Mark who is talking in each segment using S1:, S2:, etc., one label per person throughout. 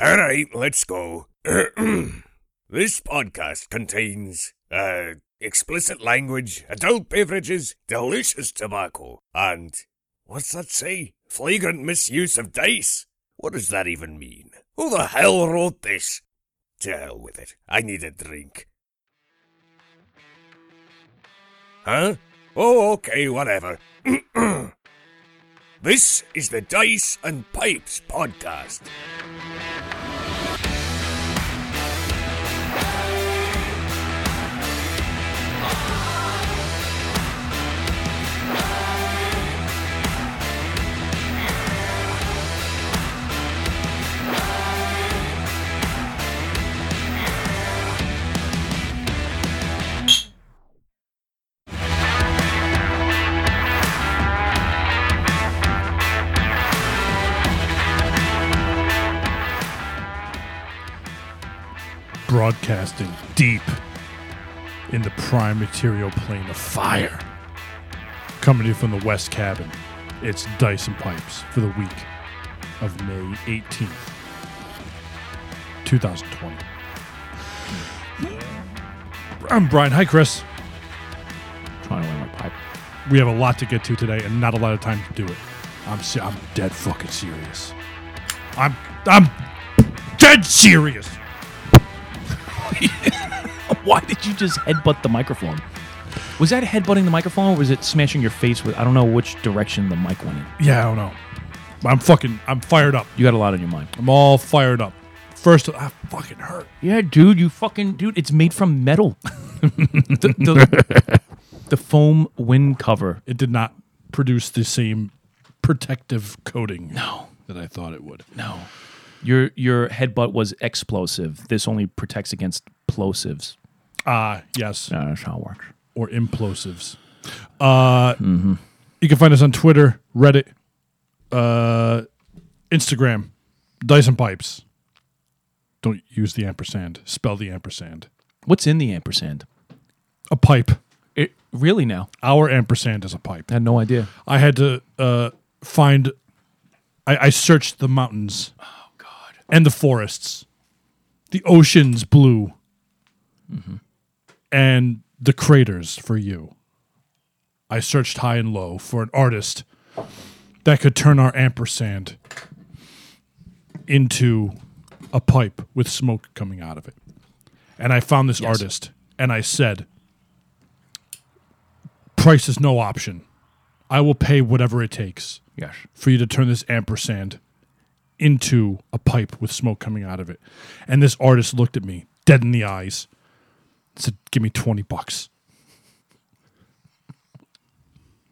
S1: All right, let's go. this podcast contains uh, explicit language, adult beverages, delicious tobacco, and what's that say? Flagrant misuse of dice. What does that even mean? Who the hell wrote this? To hell with it. I need a drink. Huh? Oh, okay, whatever. this is the Dice and Pipes podcast.
S2: broadcasting deep in the prime material plane of fire. Coming to you from the West Cabin, it's Dyson Pipes for the week of May 18th, 2020. I'm Brian. Hi, Chris.
S3: trying to my pipe.
S2: We have a lot to get to today and not a lot of time to do it. I'm se- I'm dead fucking serious. I'm I'm dead serious.
S3: Why did you just headbutt the microphone? Was that headbutting the microphone or was it smashing your face with I don't know which direction the mic went in?
S2: Yeah, I don't know. I'm fucking I'm fired up.
S3: You got a lot on your mind.
S2: I'm all fired up. First, I fucking hurt.
S3: Yeah, dude, you fucking dude, it's made from metal. the, the- the foam wind cover.
S2: It did not produce the same protective coating. No. That I thought it would.
S3: No. Your your headbutt was explosive. This only protects against plosives.
S2: Ah, yes.
S3: No, that's how it works.
S2: Or implosives. Uh, You can find us on Twitter, Reddit, uh, Instagram, Dyson Pipes. Don't use the ampersand. Spell the ampersand.
S3: What's in the ampersand?
S2: A pipe.
S3: It really now.
S2: Our ampersand is a pipe.
S3: I had no idea.
S2: I had to uh, find. I, I searched the mountains. Oh God! And the forests, the oceans blue, Mm-hmm. and the craters for you. I searched high and low for an artist that could turn our ampersand into a pipe with smoke coming out of it. And I found this artist, and I said, "Price is no option." I will pay whatever it takes
S3: Yes.
S2: for you to turn this ampersand into a pipe with smoke coming out of it. And this artist looked at me dead in the eyes, said, Give me 20 bucks.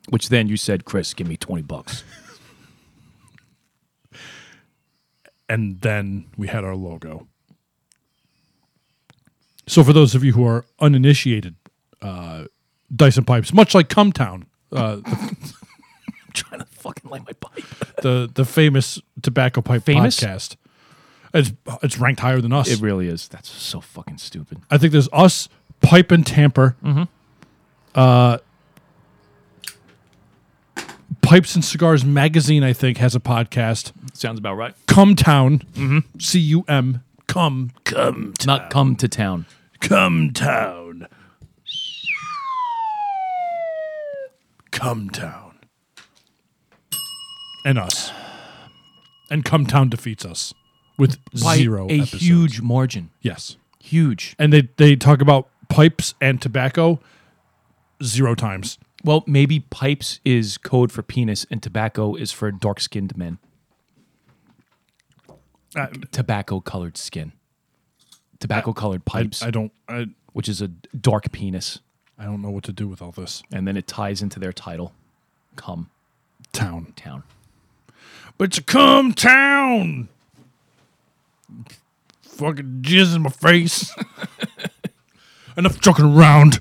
S3: Which then you said, Chris, give me twenty bucks.
S2: And then we had our logo. So, for those of you who are uninitiated, uh, Dyson Pipes, much like Cumtown, uh,
S3: I'm trying to fucking light my pipe.
S2: the, the famous tobacco pipe
S3: Famous?
S2: podcast, it's, it's ranked higher than us.
S3: It really is. That's so fucking stupid.
S2: I think there's us, pipe and tamper,
S3: Mm-hmm.
S2: uh, pipes and cigars magazine. I think has a podcast.
S3: Sounds about right.
S2: Come town,
S3: Mm-hmm.
S2: C U M. Come, come,
S3: Not come Mm, to town.
S2: come town, come town, and us, and come town defeats us with
S3: By
S2: zero.
S3: a
S2: episodes.
S3: huge margin.
S2: yes.
S3: Huge.
S2: and they they talk about pipes and tobacco zero times.
S3: Well, maybe pipes is code for penis and tobacco is for dark skinned men. tobacco colored skin. Tobacco colored
S2: I,
S3: pipes,
S2: I don't I,
S3: which is a dark penis.
S2: I don't know what to do with all this
S3: And then it ties into their title. Come
S2: town.
S3: town.
S2: But it's a come town. Fucking jizz in my face. Enough joking around.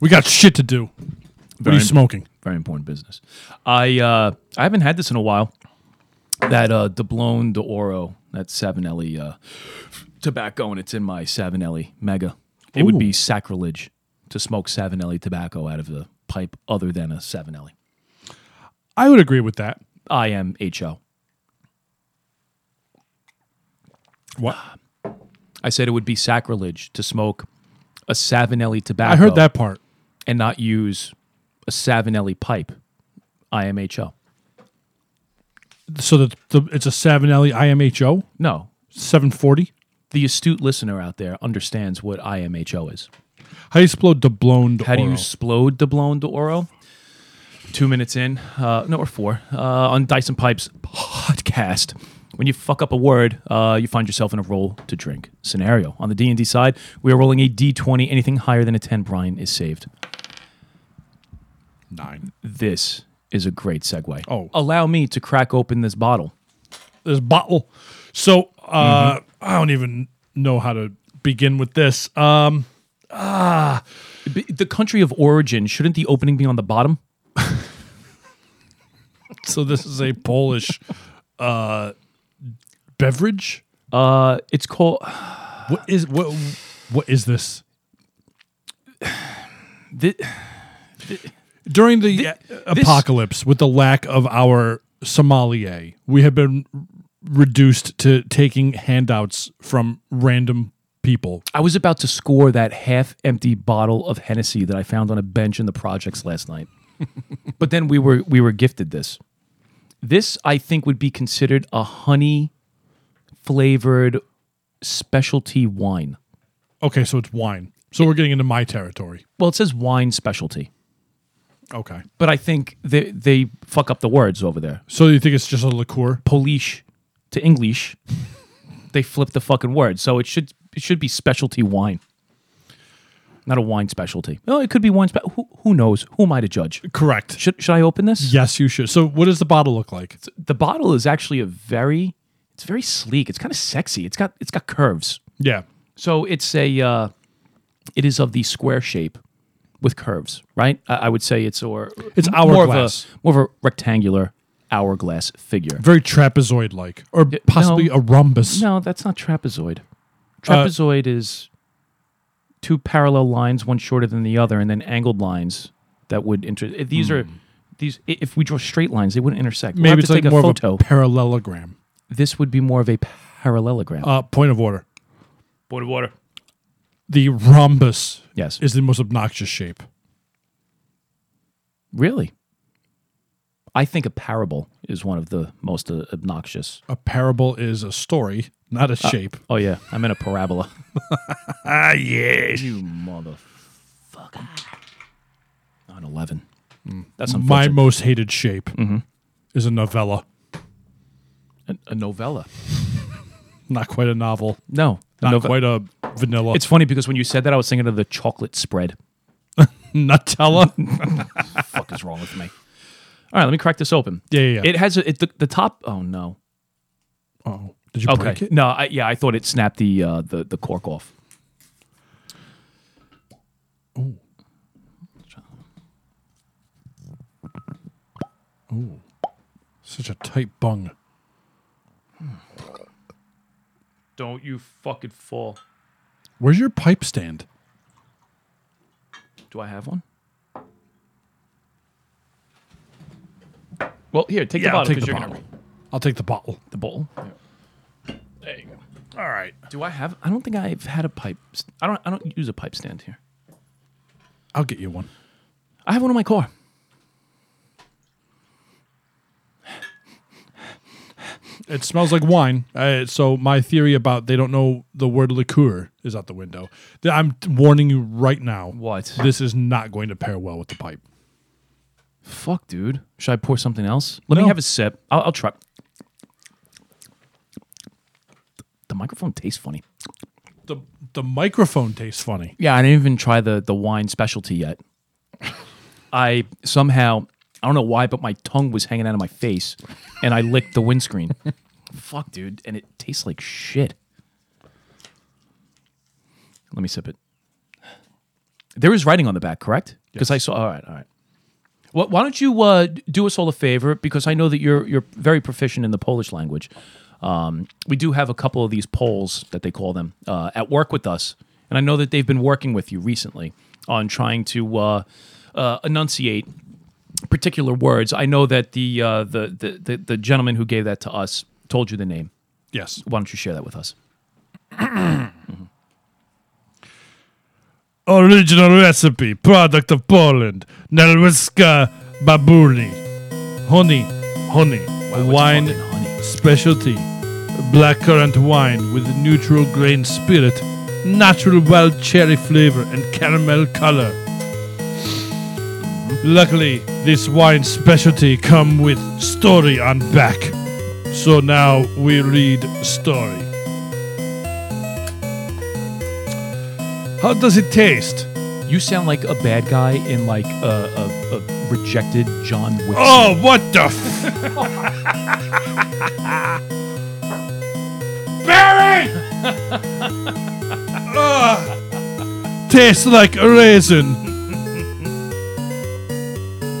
S2: We got shit to do. What are you
S3: Very-
S2: smoking?
S3: very important business. I uh, I haven't had this in a while. That uh, Deblone de Oro, that Savinelli uh, tobacco, and it's in my Savinelli Mega. It would be sacrilege to smoke Savinelli tobacco out of a pipe other than a E. Savinelli.
S2: I would agree with that.
S3: I am HO.
S2: What?
S3: I said it would be sacrilege to smoke a Savinelli tobacco.
S2: I heard that part.
S3: and not use a Savinelli pipe, IMHO.
S2: So the, the it's a E Savinelli IMHO
S3: No,
S2: 740.
S3: the astute listener out there understands what IMHO is.
S2: How do you explode Debloned
S3: How do you
S2: Oro?
S3: explode the blown d'oro? Two minutes in, uh, no, or four, uh, on Dyson Pipes podcast. When you fuck up a word, uh, you find yourself in a roll to drink scenario. On the D and D side, we are rolling a D twenty. Anything higher than a ten, Brian is saved.
S2: nine?
S3: This is a great segue.
S2: Oh.
S3: allow me to crack open this bottle.
S2: This bottle. So uh, I don't even know how to begin with this. Um,
S3: B- The country of origin shouldn't the opening be on the bottom?
S2: so this is a Polish uh, beverage.
S3: Uh, it's called
S2: What is what? What is this?
S3: thi-
S2: During the, uh,
S3: this-
S2: apocalypse, with the lack of our sommelier, we have been r- reduced to taking handouts from random people.
S3: I was about to score that half empty bottle of Hennessy that I found on a bench in the projects last night. but then we were we were gifted this. This I think would be considered a honey flavored specialty wine.
S2: Okay, so it's wine. So we're getting into my territory.
S3: Well, it says wine specialty,
S2: Okay.
S3: but I think they they fuck up the words over there.
S2: So you think it's just a liqueur?
S3: Polish to English, they flip the fucking word. So it should it should be specialty wine, not a wine specialty. Well, it could be wine. Spe- who, who knows? Who am I to judge?
S2: Correct.
S3: Should should I open this?
S2: Yes, you should. So what does the bottle look like?
S3: The bottle is actually a very it's very sleek. It's kind of sexy. It's got it's got curves.
S2: Yeah.
S3: So it's a uh, it is of the square shape with curves, right? I, I would say it's or
S2: It's hourglass.
S3: more of a more of a rectangular hourglass figure.
S2: Very trapezoid like. Or possibly
S3: no.
S2: a rhombus.
S3: No, that's not
S2: Uh,
S3: trapezoid. Trapezoid is two parallel lines, one shorter than the other, and then angled lines that would inter. if These are these. i- If we draw straight lines, they wouldn't intersect. We'll have
S2: Hmm. Maybe
S3: to
S2: it's like
S3: take
S2: more
S3: a photo.
S2: of a parallelogram.
S3: this would be more of a parallelogram.
S2: Uh, point of order.
S3: Point of water.
S2: The rhombus
S3: Yes.
S2: is the most obnoxious shape.
S3: Really? I think a parable is one of the most uh, obnoxious.
S2: A parable is a story, not a shape.
S3: Oh yeah, I'm in a parabola.
S2: Ah, yes.
S3: you motherfucker. On eleven. That's
S2: My
S3: unfortunate. Mm-hmm.
S2: most hated shape is a novella.
S3: a, a novella.
S2: Not quite a novel.
S3: No, a
S2: Not
S3: nove-
S2: quite a vanilla.
S3: It's funny because when you said that, I was thinking of the chocolate spread.
S2: Nutella.
S3: fuck is wrong with me? All right, let me crack this open.
S2: Yeah, yeah, yeah.
S3: It has a, it, the, the top. Oh no.
S2: oh, did you break
S3: Okay.
S2: it?
S3: No. I, yeah, I thought it snapped the uh, the the cork off.
S2: Such a tight bung.
S3: Don't you fucking fall.
S2: Where's your pipe stand?
S3: Do I have one? Well, here, take the
S2: I'll
S3: bottle
S2: take
S3: because
S2: the
S3: you're
S2: bottle.
S3: gonna
S2: I'll take the bottle.
S3: the bowl.
S2: There you go. All right.
S3: Do I have? I don't think I've had a pipe. st- I don't. I don't use a pipe stand here.
S2: I'll get you one.
S3: I have one in my car.
S2: It smells like wine. Uh, so my theory about they don't know the word liqueur is out the window. Th- I'm t- warning you right now.
S3: What?
S2: This is not going to pair well with the pipe.
S3: Fuck, dude. Should I pour something else? Let me
S2: No.
S3: have a sip. I'll, I'll try. The microphone tastes funny.
S2: The the microphone tastes funny.
S3: Yeah, I didn't even try the the wine specialty yet. I somehow I don't know why, but my tongue was hanging out of my face, and I licked the windscreen. Fuck, dude, and it tastes like shit. Let me sip it. There is writing on the back, correct? Because I saw. All right, all right. Wh- why don't you uh, d- do us all a favor? Because I know that you're you're very proficient in the Polish language. Um, we do have a couple of these Poles that they call them uh, at work with us, and I know that they've been working with you recently on trying to uh, uh, enunciate particular words. I know that the, uh, the the the the gentleman who gave that to us told you the name.
S2: Yes.
S3: Why don't you share that with us?
S2: Original recipe, product of Poland, Nelwiska Babuli. Honey, honey, wine
S3: fucking honey?
S2: specialty. Blackcurrant wine with neutral grain spirit, natural wild cherry flavor, and caramel color. Luckily, this wine specialty come with story on back. So now we read story. How does it taste?
S3: You sound like a bad guy in like a, a, a rejected John Wick.
S2: Oh, what the f- Barry! Ugh. Ah. tastes like a raisin.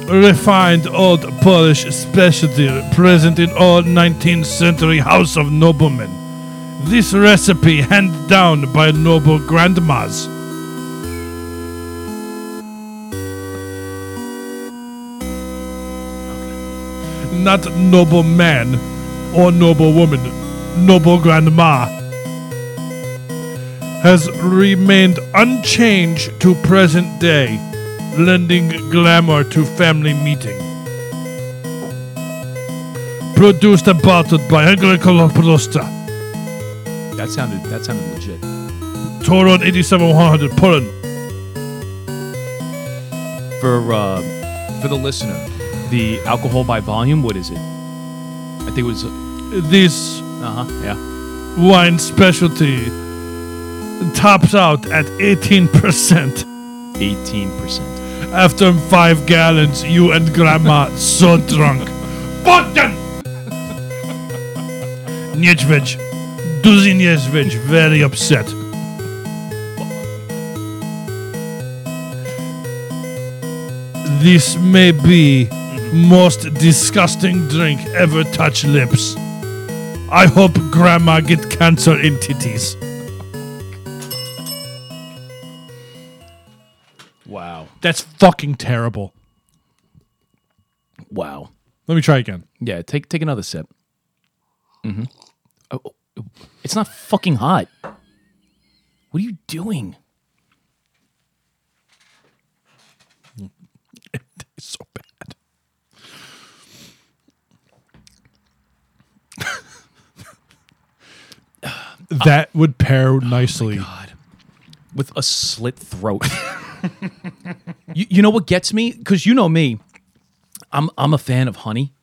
S2: Refined old Polish specialty present in all 19th century house of noblemen. This recipe handed down by noble grandmas. not noble man or noble woman, noble grandma, has remained unchanged to present day, lending glamour to family meeting. Produced and bottled by Agricola Prosta,
S3: That sounded that sounded legit.
S2: Toron 87100, Poland.
S3: For uh, for the listener, the alcohol by volume. What is it? I think it was. Uh
S2: This
S3: huh. Yeah.
S2: wine specialty tops out at 18%.
S3: Eighteen percent.
S2: After five gallons, you and Grandma so drunk. Bogdan! Niedźwiedź. Duzi Niedźwiedź, very upset. This may be most disgusting drink ever touch lips. I hope Grandma get cancer in titties.
S3: Wow.
S2: That's fucking terrible.
S3: Wow.
S2: Let me try again.
S3: Yeah. Take take another sip. Mm-hmm. Oh, it's not fucking hot. What are you doing?
S2: It's so bad. that would pair nicely.
S3: Oh God. With a slit throat. you, you know what gets me? Because you know me, I'm I'm a fan of honey.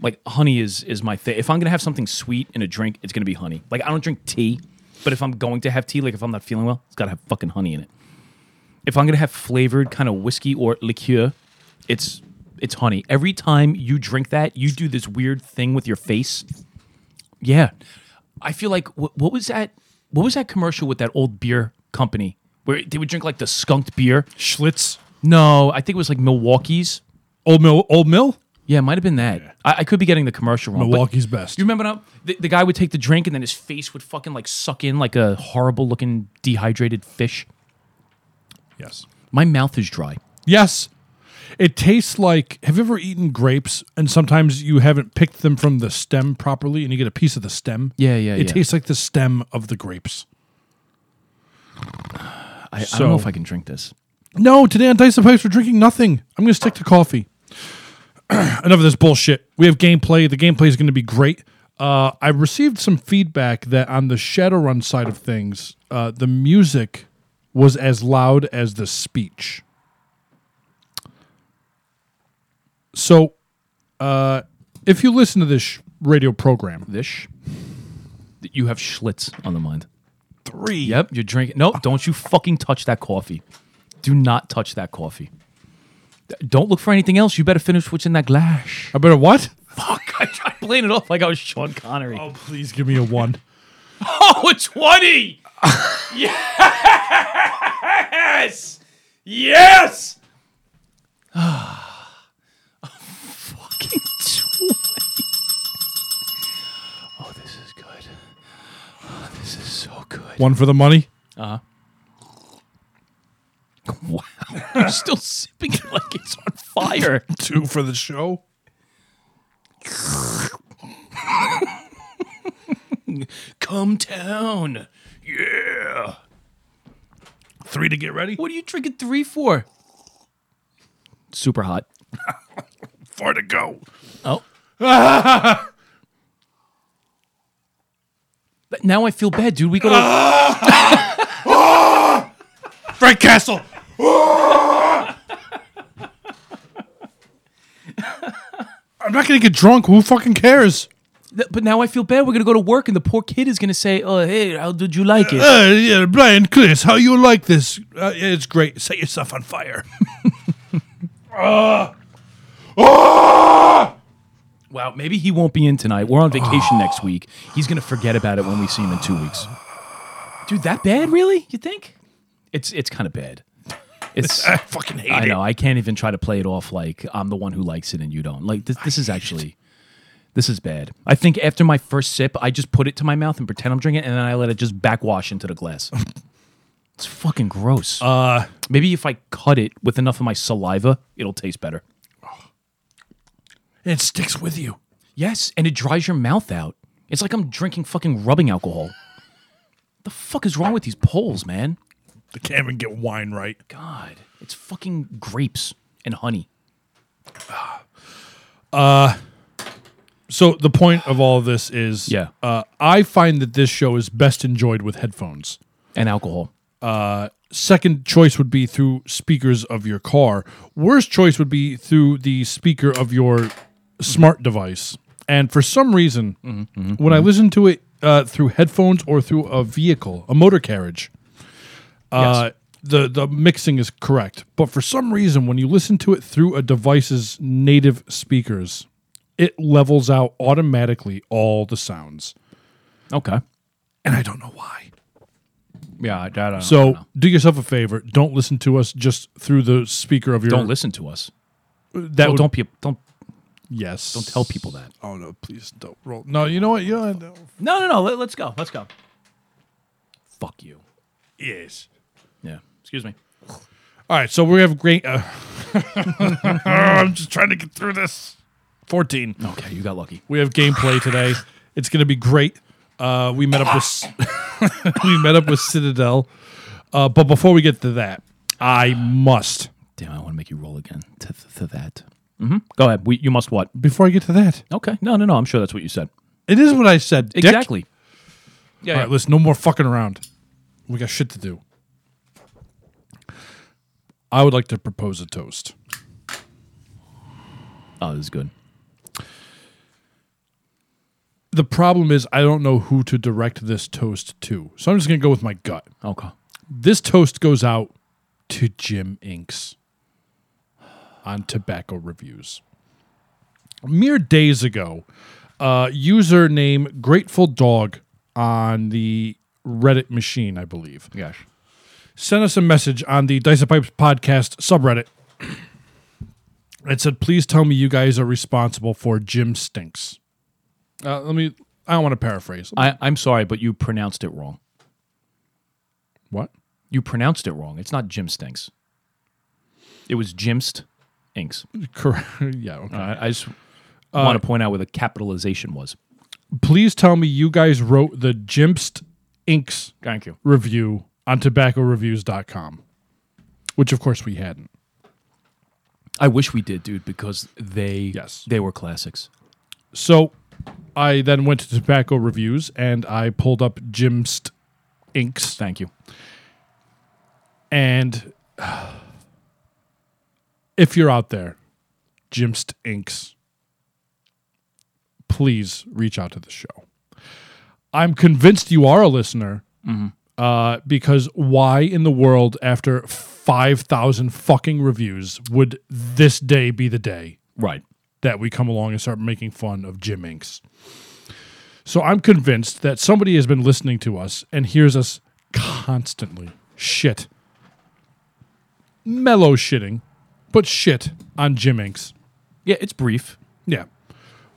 S3: Like honey is is my thing. If I'm gonna have something sweet in a drink, it's gonna be honey. Like I don't drink tea, but if I'm going to have tea, like if I'm not feeling well, it's gotta have fucking honey in it. If I'm gonna have flavored kind of whiskey or liqueur, it's it's honey. Every time you drink that, you do this weird thing with your face. Yeah, I feel like what, what was that? What was that commercial with that old beer company where they would drink like the skunked beer?
S2: Schlitz,
S3: No, I think it was like Milwaukee's.
S2: Old Mill, Old Mill,
S3: Yeah, it might have been that. I, I could be getting the commercial wrong. but
S2: Milwaukee's best.
S3: You remember now? The, the guy would take the drink and then his face would fucking like suck in like a horrible looking dehydrated fish.
S2: yes,
S3: My mouth is dry.
S2: yes. It tastes like. Have you ever eaten grapes and sometimes you haven't picked them from the stem properly, and you get a piece of the stem?
S3: Yeah, yeah,
S2: It
S3: yeah.
S2: tastes like the stem of the grapes.
S3: I, I don't know
S2: So-
S3: if I can drink this.
S2: No, today on Dice and Pipes, we're drinking nothing. I'm going to stick to coffee. Enough of this bullshit. We have gameplay. The gameplay is going to be great. Uh, I received some feedback that on the Shadowrun side of things, uh, the music was as loud as the speech. So, uh, if you listen to this sh- radio program,
S3: This. sh- that You have Schlitz on the mind.
S2: three,
S3: Yep, you're drinking. No, don't you fucking touch that coffee. Do not touch that coffee. Th- Don't look for anything else. You better finish what's in that glass.
S2: I better what?
S3: Fuck, I tried playing it off like I was Sean Connery.
S2: Oh, please give me a one.
S3: Oh, a 20! yes! Yes! a fucking 20. Oh, this is good. Oh, this is so good.
S2: One for the money.
S3: Wow. You're still sipping it like it's on fire.
S2: Two for the show.
S3: Come town. Yeah.
S2: Three to get ready.
S3: What are you drinking three for? Super hot.
S2: Four to go.
S3: Oh. But now I feel bad, dude. We gotta.
S2: Frank Castle. I'm not gonna get drunk. Who fucking cares?
S3: Th- But now I feel bad. We're gonna go to work, and the poor kid is gonna say, "Oh, hey, how did you like it?"
S2: Uh, yeah, Brian, Chris, how you like this? Uh, yeah, it's great. Set yourself on fire.
S3: Wow, maybe he won't be in tonight. We're on vacation next week. He's gonna forget about it when we see him in two weeks. Dude, that bad? Really? You think? It's it's kind of bad. It's
S2: I fucking hate
S3: I
S2: it.
S3: know. I can't even try to play it off like I'm the one who likes it and you don't. Like this, this is actually, this is bad. I think after my first sip, I just put it to my mouth and pretend I'm drinking, it, and then I let it just backwash into the glass. it's fucking gross. Uh, maybe if I cut it with enough of my saliva, it'll taste better.
S2: It sticks with you.
S3: Yes, and it dries your mouth out. It's like I'm drinking fucking rubbing alcohol. the fuck is wrong with these poles, man?
S2: I can't even get wine right.
S3: God, it's fucking grapes and honey.
S2: So the point of all this is,
S3: Yeah.
S2: uh, I find that this show is best enjoyed with headphones.
S3: And alcohol.
S2: Second choice would be through speakers of your car. Worst choice would be through the speaker of your smart device. And for some reason, when I listen to it uh, through headphones or through a vehicle, a motor carriage, uh, the the mixing is correct. But for some reason, when you listen to it through a device's native speakers, it levels out automatically all the sounds,
S3: Okay.
S2: and I don't know why.
S3: Yeah, I, I don't
S2: So do yourself a favor. Don't listen to us just through the speaker of your.
S3: don't listen to us.
S2: That
S3: Well,
S2: would-
S3: don't pe- don't
S2: Yes. Don't
S3: tell people that.
S2: Oh no! Please don't roll. No, you know what? You know, what?
S3: No, no, no. Let, us go. Let's go. Fuck you.
S2: yes.
S3: Yeah. Excuse me.
S2: All right. So we have great. Uh, I'm just trying to get through this. Fourteen.
S3: Okay, you got lucky.
S2: We have gameplay today. It's going to be great. Uh, we met up with we met up with Citadel, uh, but before we get to that, I must
S3: Damn, I want to make you roll again to, th- to that. Mm-hmm. Go ahead. We, you must what?
S2: before I get to that.
S3: Okay. No, no, no. I'm sure that's what you said.
S2: It is what I said. dick.
S3: Exactly. Yeah.
S2: All
S3: yeah.
S2: right, listen, no more fucking around. We got shit to do. I would like to propose a toast.
S3: Oh, this is good.
S2: The problem is I don't know who to direct this toast to. So I'm just going to go with my gut.
S3: Okay.
S2: This toast goes out to Jim Inks on tobacco reviews. Mere days ago, uh, user name Grateful Dog on the Reddit machine, I believe,
S3: Gosh.
S2: sent us a message on the Dice of Pipes podcast subreddit. It said, "Please tell me you guys are responsible for Jim Stinks." Uh, let me. I don't want to paraphrase.
S3: I, I'm sorry, but you pronounced it wrong.
S2: what?
S3: You pronounced it wrong. It's not Jim Stinks. It was Jimst Inks.
S2: Correct. yeah. Okay.
S3: I, I just want to point out where the capitalization was.
S2: Please tell me you guys wrote the Jimst Inks
S3: Thank you.
S2: review on tobaccoreviews.com, which of course we hadn't.
S3: I wish we did, dude, because they
S2: Yes.
S3: they were classics.
S2: So I then went to Tobacco Reviews and I pulled up Jimst Inks.
S3: Thank you.
S2: And if you're out there, Jimst Inks, please reach out to the show. I'm convinced you are a listener uh, because why in the world, after 5,000 fucking reviews, would this day be the day
S3: Right.
S2: that we come along and start making fun of Jim Inks? So I'm convinced that somebody has been listening to us and hears us constantly. Shit mellow shitting, but shit on Jim Inks.
S3: Yeah, it's brief.
S2: Yeah.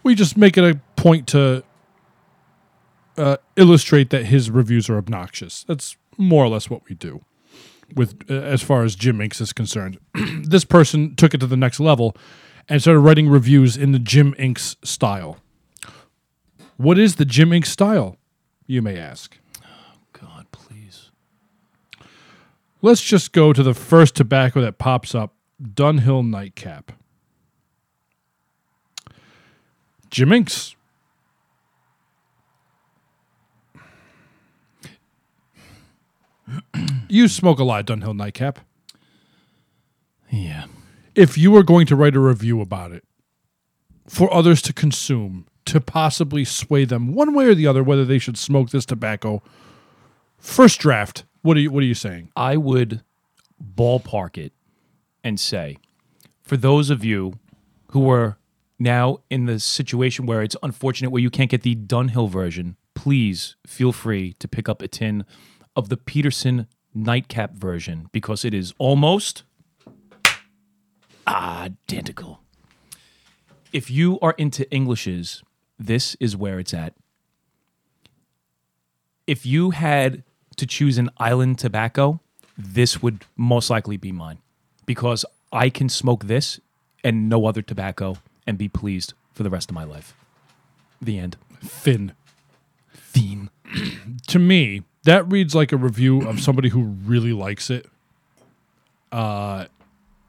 S2: We just make it a point to uh, illustrate that his reviews are obnoxious. That's more or less what we do with uh, as far as Jim Inks is concerned. this person took it to the next level and started writing reviews in the Jim Inks style. What is the Jim Inks style? you may ask.
S3: God, please.
S2: Let's just go to the first tobacco that pops up Dunhill Nightcap. Jiminx. you smoke a lot, Dunhill Nightcap.
S3: Yeah.
S2: If you were going to write a review about it for others to consume, to possibly sway them one way or the other whether they should smoke this tobacco, first draft, what are you, what are you saying?
S3: I would ballpark it and say, for those of you who are now in the situation where it's unfortunate where you can't get the Dunhill version, please feel free to pick up a tin of the Peterson nightcap version because it is almost identical. If you are into Englishes, this is where it's at. If you had to choose an island tobacco, this would most likely be mine because I can smoke this and no other tobacco and be pleased for the rest of my life. The end.
S2: Finn.
S3: Theme.
S2: to me, that reads like a review of somebody who really likes it. Uh,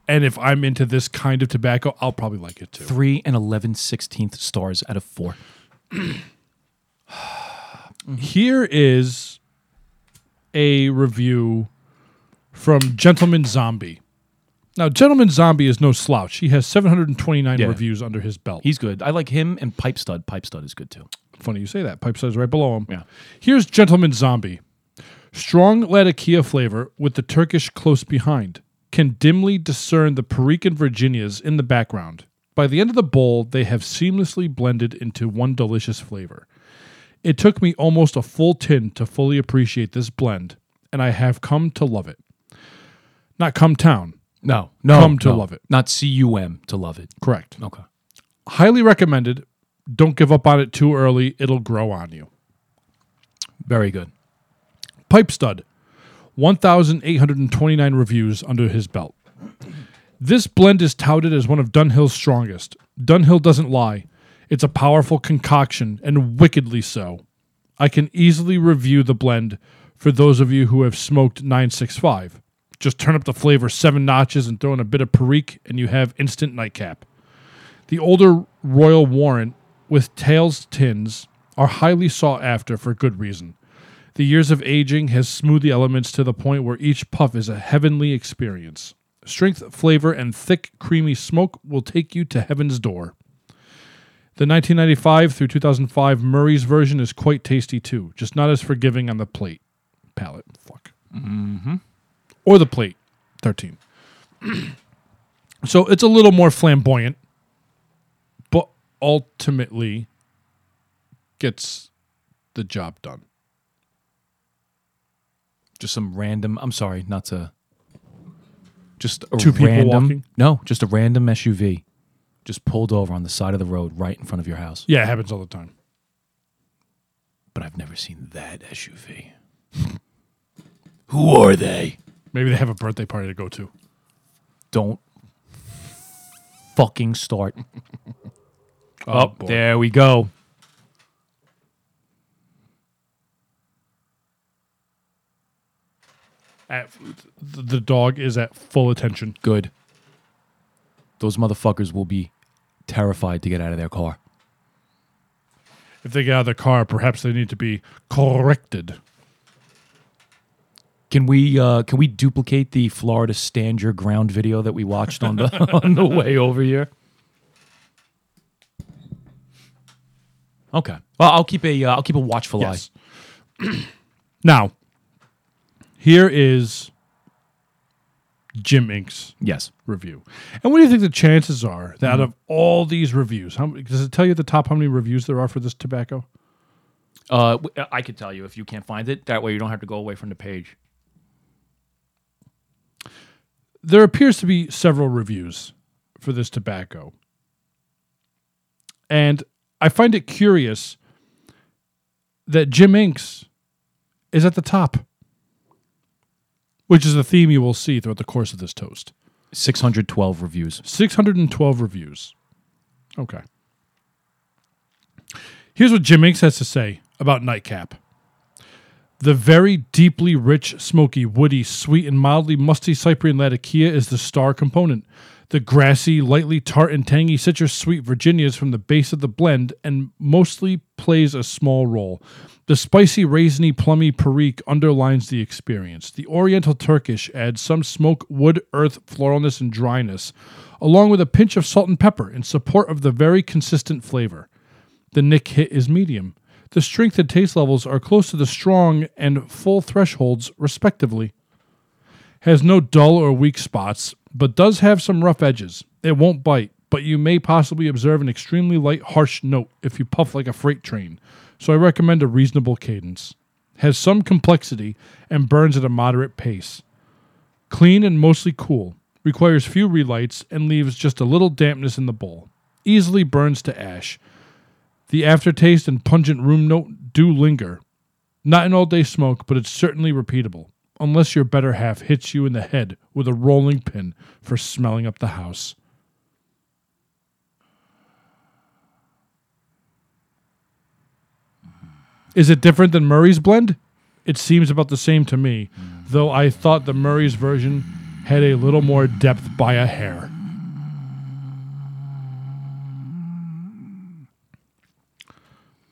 S2: and if I'm into this kind of tobacco, I'll probably like it too.
S3: Three and 11 16th stars out of four.
S2: Here is a review from Gentleman Zombie. Now, Gentleman Zombie is no slouch. He has 729
S3: Yeah.
S2: reviews under his belt.
S3: He's good. I like him and Pipe Stud. Pipe Stud is good too.
S2: Funny you say that. Pipe says right below him.
S3: Yeah.
S2: Here's Gentleman Zombie. Strong Latakia flavor with the Turkish close behind. Can dimly discern the Perican Virginias in the background. By the end of the bowl, they have seamlessly blended into one delicious flavor. It took me almost a full tin to fully appreciate this blend, and I have come to love it. Not come town,
S3: No, no.
S2: Come to
S3: no.
S2: love it.
S3: Not C U M to love it.
S2: correct.
S3: Okay.
S2: Highly recommended. Don't give up on it too early, it'll grow on you.
S3: Very good.
S2: Pipe Stud, 1,829 reviews under his belt. This blend is touted as one of Dunhill's strongest. Dunhill doesn't lie. It's a powerful concoction, and wickedly so. I can easily review the blend for those of you who have smoked 965. Just turn up the flavor seven notches and throw in a bit of Perique, and you have instant nightcap. The older Royal Warrant with tails tins are highly sought after for good reason. The years of aging has smoothed the elements to the point where each puff is a heavenly experience. Strength, flavor, and thick, creamy smoke will take you to heaven's door. The 1995 through 2005 Murray's version is quite tasty too, just not as forgiving on the plate. Palate, fuck. Mm-hmm. Or the plate, 13. so it's a little more flamboyant, but ultimately gets the job done.
S3: Just some random. I'm sorry, not to. Just a
S2: Two people
S3: random,
S2: walking?
S3: No, just a random SUV, just pulled over on the side of the road right in front of your house.
S2: Yeah, it happens all the time.
S3: But I've never seen that SUV. Who are they?
S2: Maybe they have a birthday party to go to.
S3: Don't fucking start.
S2: Oh,
S3: oh, there we go.
S2: At, th- the dog is at full attention.
S3: Good. Those motherfuckers will be terrified to get out of their car.
S2: If they get out of the car, perhaps they need to be corrected.
S3: Can we uh, can we duplicate the Florida stand your ground video that we watched on the on the way over here? Okay. Well, I'll keep a uh, I'll keep a watchful
S2: Yes. now, here is Jim Inks'
S3: eye. Yes.
S2: review. And what do you think the chances are
S3: Mm-hmm.
S2: that out of all these reviews, how, does it tell you at the top how many reviews there are for this tobacco?
S3: Uh, w- I could tell you if you can't find it. That way, you don't have to go away from the page.
S2: there appears to be several reviews for this tobacco. And I find it curious that Jim Inks is at the top, which is a theme you will see throughout the course of this toast.
S3: Six hundred twelve reviews.
S2: 612 reviews. Okay. Here's what Jim Inks has to say about Nightcap. The very deeply rich, smoky, woody, sweet, and mildly musty Cyprian Latakia is the star component. The grassy, lightly tart and tangy citrus sweet Virginia is from the base of the blend and mostly plays a small role. The spicy, raisiny, plummy perique underlines the experience. The Oriental Turkish adds some smoke, wood, earth, floralness, and dryness, along with a pinch of salt and pepper in support of the very consistent flavor. The Nick hit is medium. The strength and taste levels are close to the strong and full thresholds, respectively. Has no dull or weak spots, but does have some rough edges. It won't bite, but you may possibly observe an extremely light, harsh note if you puff like a freight train, so I recommend a reasonable cadence. Has some complexity and burns at a moderate pace. Clean and mostly cool. Requires few relights and leaves just a little dampness in the bowl. Easily burns to ash. The aftertaste and pungent room note do linger. Not an all day smoke, but it's certainly repeatable, unless your better half hits you in the head with a rolling pin for smelling up the house. Is it different than Murray's blend? It seems about the same to me, though I thought the Murray's version had a little more depth by a hair.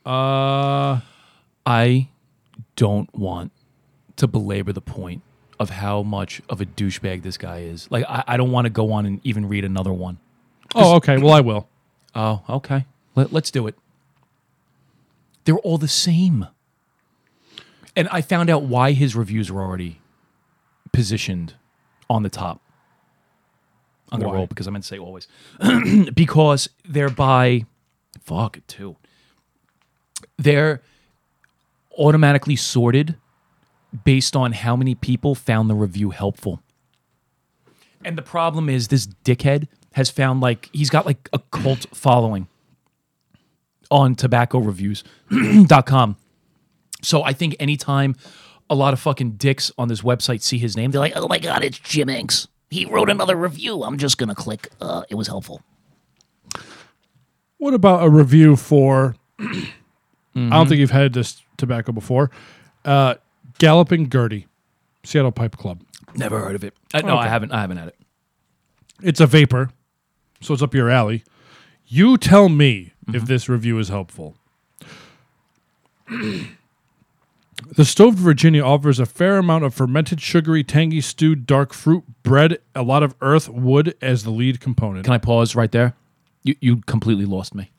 S2: Uh,
S3: I don't want to belabor the point of how much of a douchebag this guy is. Like, I, I don't want to go on and even read another one.
S2: oh, okay. Well, I will.
S3: Oh, okay. Let, let's do it. They're all the same. And I found out why his reviews were already positioned on the top. I'm going
S2: Why?
S3: to roll because I meant to say always. because they're by, fuck it too. They're automatically sorted based on how many people found the review helpful. And the problem is this dickhead has found like he's got like a cult following on tobaccoreviews.com. So I think anytime a lot of fucking dicks on this website see his name, they're like,
S4: oh my god, it's Jim Inks. He wrote another review. I'm just gonna click. Uh, it was helpful.
S2: What about a review for? I don't think you've had this tobacco before. Uh, Galloping Gertie, Seattle Pipe Club.
S3: never heard of it. Uh, no, I haven't. I haven't had it.
S2: It's a vapor, so it's up your alley. You tell me if this review is helpful. the Stoved Virginia offers a fair amount of fermented, sugary, tangy, stewed dark fruit, bread, a lot of earth, wood as the lead component.
S3: Can I pause right there? You you completely lost me.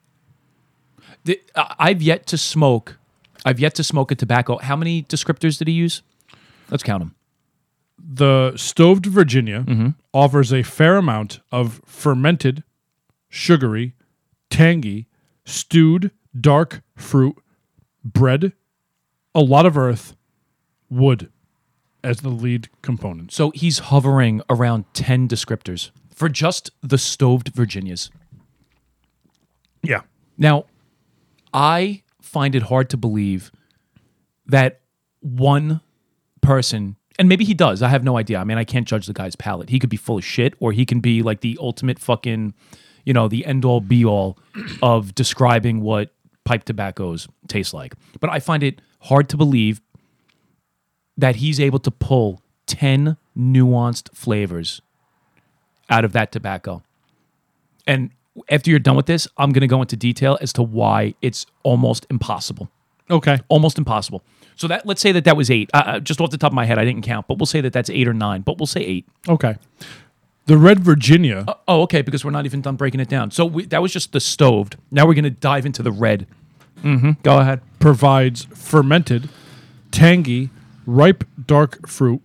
S3: The- I- I've yet to smoke. I've yet to smoke a tobacco. How many descriptors did he use? Let's count them.
S2: the stoved Virginia offers a fair amount of fermented, sugary, tangy, stewed, dark fruit, bread, a lot of earth, wood as the lead components.
S3: So he's hovering around ten descriptors for just the stoved Virginias.
S2: Yeah.
S3: Now, I find it hard to believe that one person, and maybe he does, I have no idea. I mean, I can't judge the guy's palate. He could be full of shit, or he can be like the ultimate fucking, you know, the end all be all of describing what pipe tobaccos taste like. But I find it hard to believe that he's able to pull 10 nuanced flavors out of that tobacco. And after you're done with this, I'm going to go into detail as to why it's almost impossible.
S2: Okay.
S3: Almost impossible. So that let's say that that was eight. Uh, Uh, just off the top of my head, I didn't count, but we'll say that that's eight or nine. But we'll say eight.
S2: Okay. The red Virginia.
S3: Oh, okay, because we're not even done breaking it down. So we, that was just the stoved. Now we're going to dive into the red. Mm-hmm. Go ahead.
S2: provides fermented, tangy, ripe dark fruit,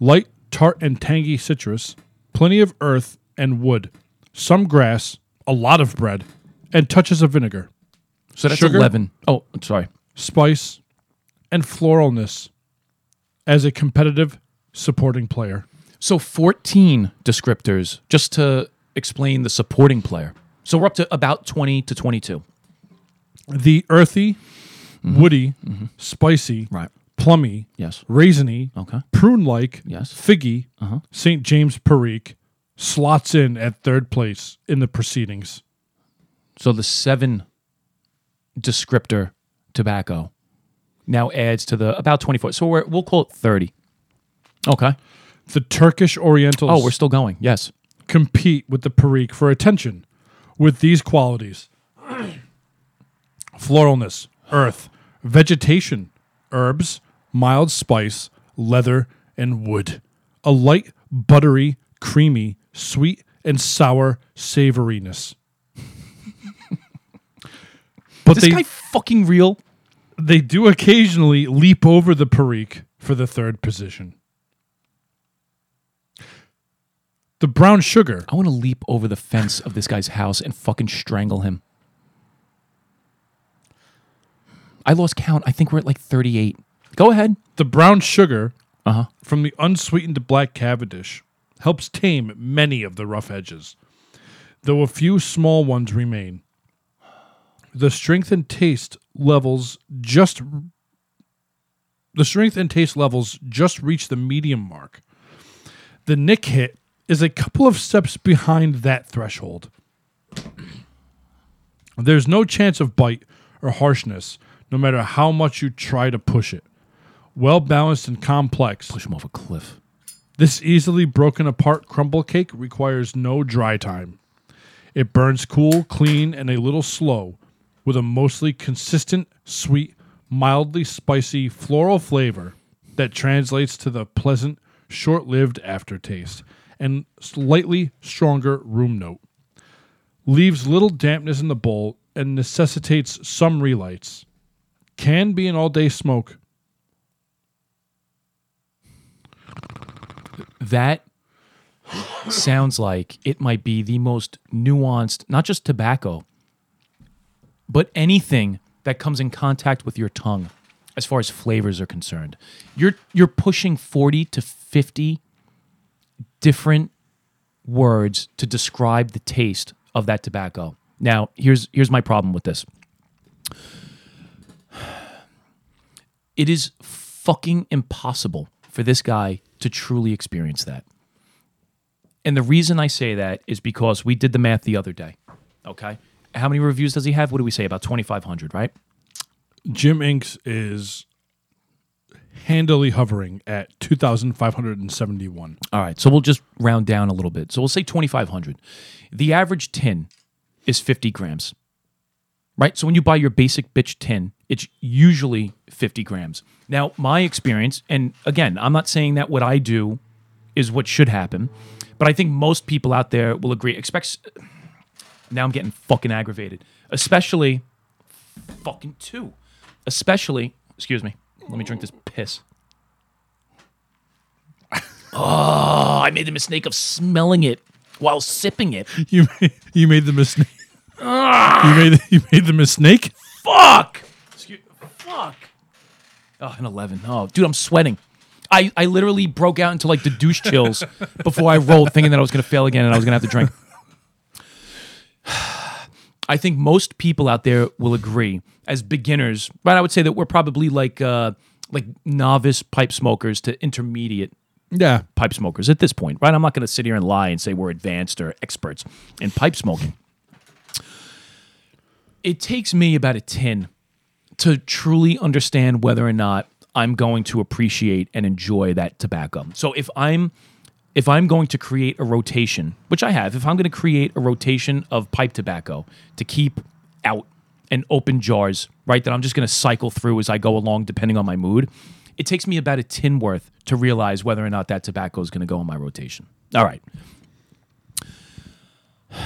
S2: light tart and tangy citrus, plenty of earth and wood, some grass, a lot of bread, and touches of vinegar,
S3: So that's
S2: Sugar?
S3: eleven. Oh, I'm sorry.
S2: spice, and floralness as a competitive supporting player.
S3: So 14 descriptors just to explain the supporting player. So we're up to about 20 to 22.
S2: The earthy, woody, spicy,
S3: Right.
S2: plummy,
S3: Yes.
S2: raisiny,
S3: Okay.
S2: prune like,
S3: Yes. Uh-huh.
S2: figgy, St. James Perique slots in at third place in the proceedings.
S3: So the seven descriptor tobacco now adds to the about 24. So we're, we'll call it 30. Okay.
S2: The Turkish Orientals
S3: Oh, we're still going. Yes.
S2: compete with the Perique for attention with these qualities floralness, earth, vegetation, herbs, mild spice, leather, and wood. A light, buttery, creamy, sweet, and sour savoriness. but
S3: This
S2: they,
S3: guy fucking real.
S2: they do occasionally leap over the Perique for the third position. The brown sugar
S3: I want to leap over the fence of this guy's house and fucking strangle him. I lost count. I think we're at like 38. Go ahead.
S2: The brown sugar from the unsweetened black Cavendish helps tame many of the rough edges, though a few small ones remain. The strength and taste levels just the strength and taste levels just reach the medium mark. The nick hit is a couple of steps behind that threshold. There's no chance of bite or harshness, no matter how much you try to push it. Well balanced and complex,
S3: Push him off a cliff.
S2: this easily broken apart crumble cake requires no dry time. It burns cool, clean, and a little slow, with a mostly consistent, sweet, mildly spicy floral flavor that translates to the pleasant, short lived aftertaste and slightly stronger room note. Leaves little dampness in the bowl and necessitates some relights. Can be an all day smoke.
S3: That sounds like it might be the most nuanced, not just tobacco, but anything that comes in contact with your tongue as far as flavors are concerned. You're you're pushing 40 to 50 different words to describe the taste of that tobacco. Now, here's here's my problem with this. It is fucking impossible for this guy to truly experience that. And the reason I say that is because we did the math the other day. Okay? How many reviews does he have? What do we say about 2500, right?
S2: Jim Inks is handily hovering at 2,571.
S3: All right, so we'll just round down a little bit. So we'll say 2,500. The average tin is 50 grams, right? So when you buy your basic bitch tin, it's usually 50 grams. Now, my experience, and again, I'm not saying that what I do is what should happen, but I think most people out there will agree. Expect now I'm getting fucking aggravated, especially fucking two, especially, excuse me, let me drink this piss.
S4: Oh, I made the mistake of smelling it while sipping it.
S2: You made, you made the mistake. you made the, you made the mistake.
S3: Fuck. Excuse, fuck. Oh, an 11. Oh, dude, I'm sweating. I, I literally broke out into like the douche chills before I rolled, thinking that I was going to fail again and I was going to have to drink. I think most people out there will agree as beginners, right? I would say that we're probably like uh, like novice pipe smokers to intermediate
S2: Yeah,
S3: pipe smokers at this point, right? I'm not going to sit here and lie and say we're advanced or experts in pipe smoking. It takes me about a 10 to truly understand whether or not I'm going to appreciate and enjoy that tobacco. So if I'm if I'm going to create a rotation, which I have, if I'm going to create a rotation of pipe tobacco to keep out and open jars, right, that I'm just going to cycle through as I go along depending on my mood, it takes me about a tin worth to realize whether or not that tobacco is going to go in my rotation. All right.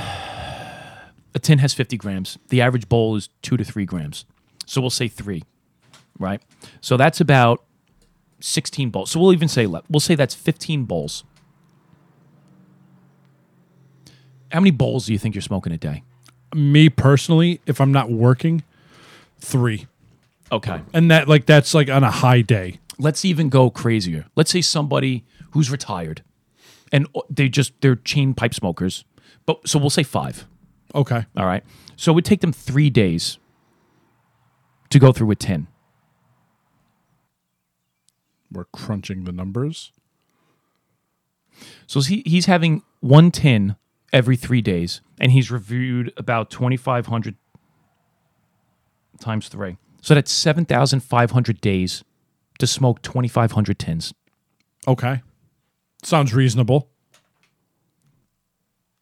S3: A tin has 50 grams. The average bowl is two to three grams. So we'll say three, right? So that's about 16 bowls. So we'll even say, le- we'll say that's 15 bowls. How many bowls do you think you're smoking a day?
S2: me personally, if I'm not working, three,
S3: Okay.
S2: and that like that's like on a high day.
S3: Let's even go crazier. Let's say somebody who's retired and uh, they just, they're chain pipe smokers. But so we'll say five.
S2: Okay,
S3: All right. So it would take them three days to go through a tin.
S2: we're crunching the numbers.
S3: So he, he's having one tin every three days, and he's reviewed about 2,500 times three. So that's 7,500 days to smoke 2,500 tins.
S2: Okay. Sounds reasonable.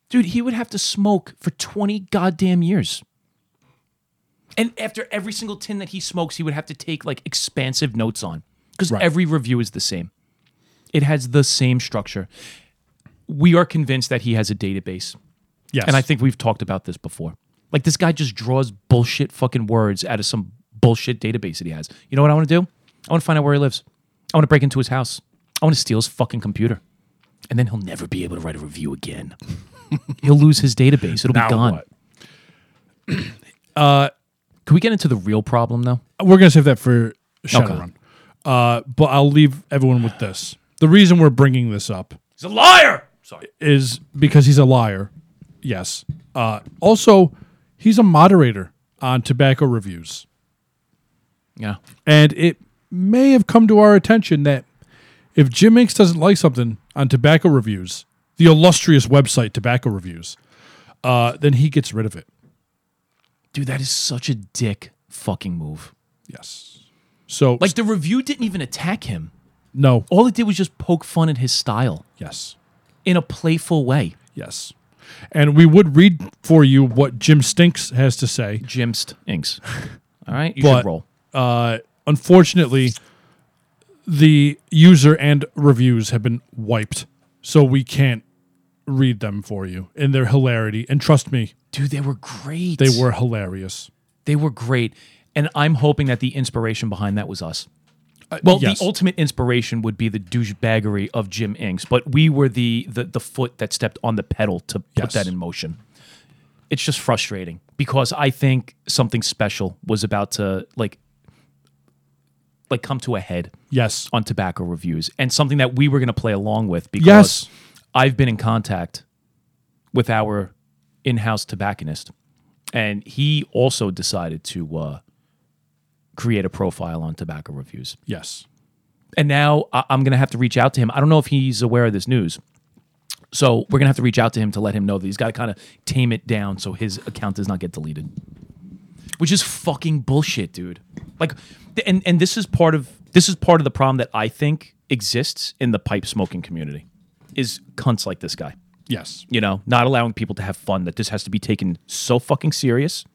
S3: Dude, he would have to smoke for 20 goddamn years. And after every single tin that he smokes, he would have to take like expansive notes on because
S2: Right.
S3: every review is the same. It has the same structure. We are convinced that he has a database.
S2: Yes.
S3: And I think we've talked about this before. Like this guy just draws bullshit fucking words out of some bullshit database that he has. You know what I want to do? I want to find out where he lives. I want to break into his house. I want to steal his fucking computer. And then he'll never be able to write a review again. he'll lose his database. It'll
S2: Now
S3: be gone. Uh,
S2: what?
S3: Can we get into the real problem though?
S2: We're going to save that for Shadowrun. Uh, but I'll leave everyone with this. The reason we're bringing this up
S3: He's a liar. Sorry.
S2: is because he's a liar. Yes. Uh, also, he's a moderator on tobacco reviews.
S3: Yeah.
S2: And it may have come to our attention that if Jim Inks doesn't like something on tobacco reviews, the illustrious website Tobacco Reviews, uh, then he gets rid of it.
S3: Dude, that is such a dick fucking move.
S2: Yes. So,
S3: Like the review didn't even attack him.
S2: no.
S3: All it did was just poke fun at his style
S2: Yes.
S3: in a playful way.
S2: Yes. And we would read for you what Jim Stinks has to say.
S3: Jim Stinks. All right, you
S2: But-
S3: should roll.
S2: Uh, unfortunately, the user and reviews have been wiped. So we can't read them for you in their hilarity. And trust me,
S3: Dude, they were great.
S2: they were hilarious.
S3: They were great. And I'm hoping that the inspiration behind that was us. Well,
S2: Uh, yes.
S3: the ultimate inspiration would be the douchebaggery of Jim Inks, but we were the the, the foot that stepped on the pedal to
S2: Yes.
S3: put that in motion. It's just frustrating because I think something special was about to like like come to a head
S2: Yes.
S3: on tobacco reviews and something that we were going to play along with because
S2: Yes.
S3: I've been in contact with our in-house tobacconist and he also decided to uh, create a profile on tobacco reviews
S2: Yes.
S3: and now I- I'm going to have to reach out to him I don't know if he's aware of this news so we're going to have to reach out to him to let him know that he's got to kind of tame it down so his account does not get deleted which is fucking bullshit, dude. Like, th- and and this is part of this is part of the problem that I think exists in the pipe smoking community, is cunts like this guy.
S2: Yes.
S3: You know, not allowing people to have fun. That this has to be taken so fucking serious,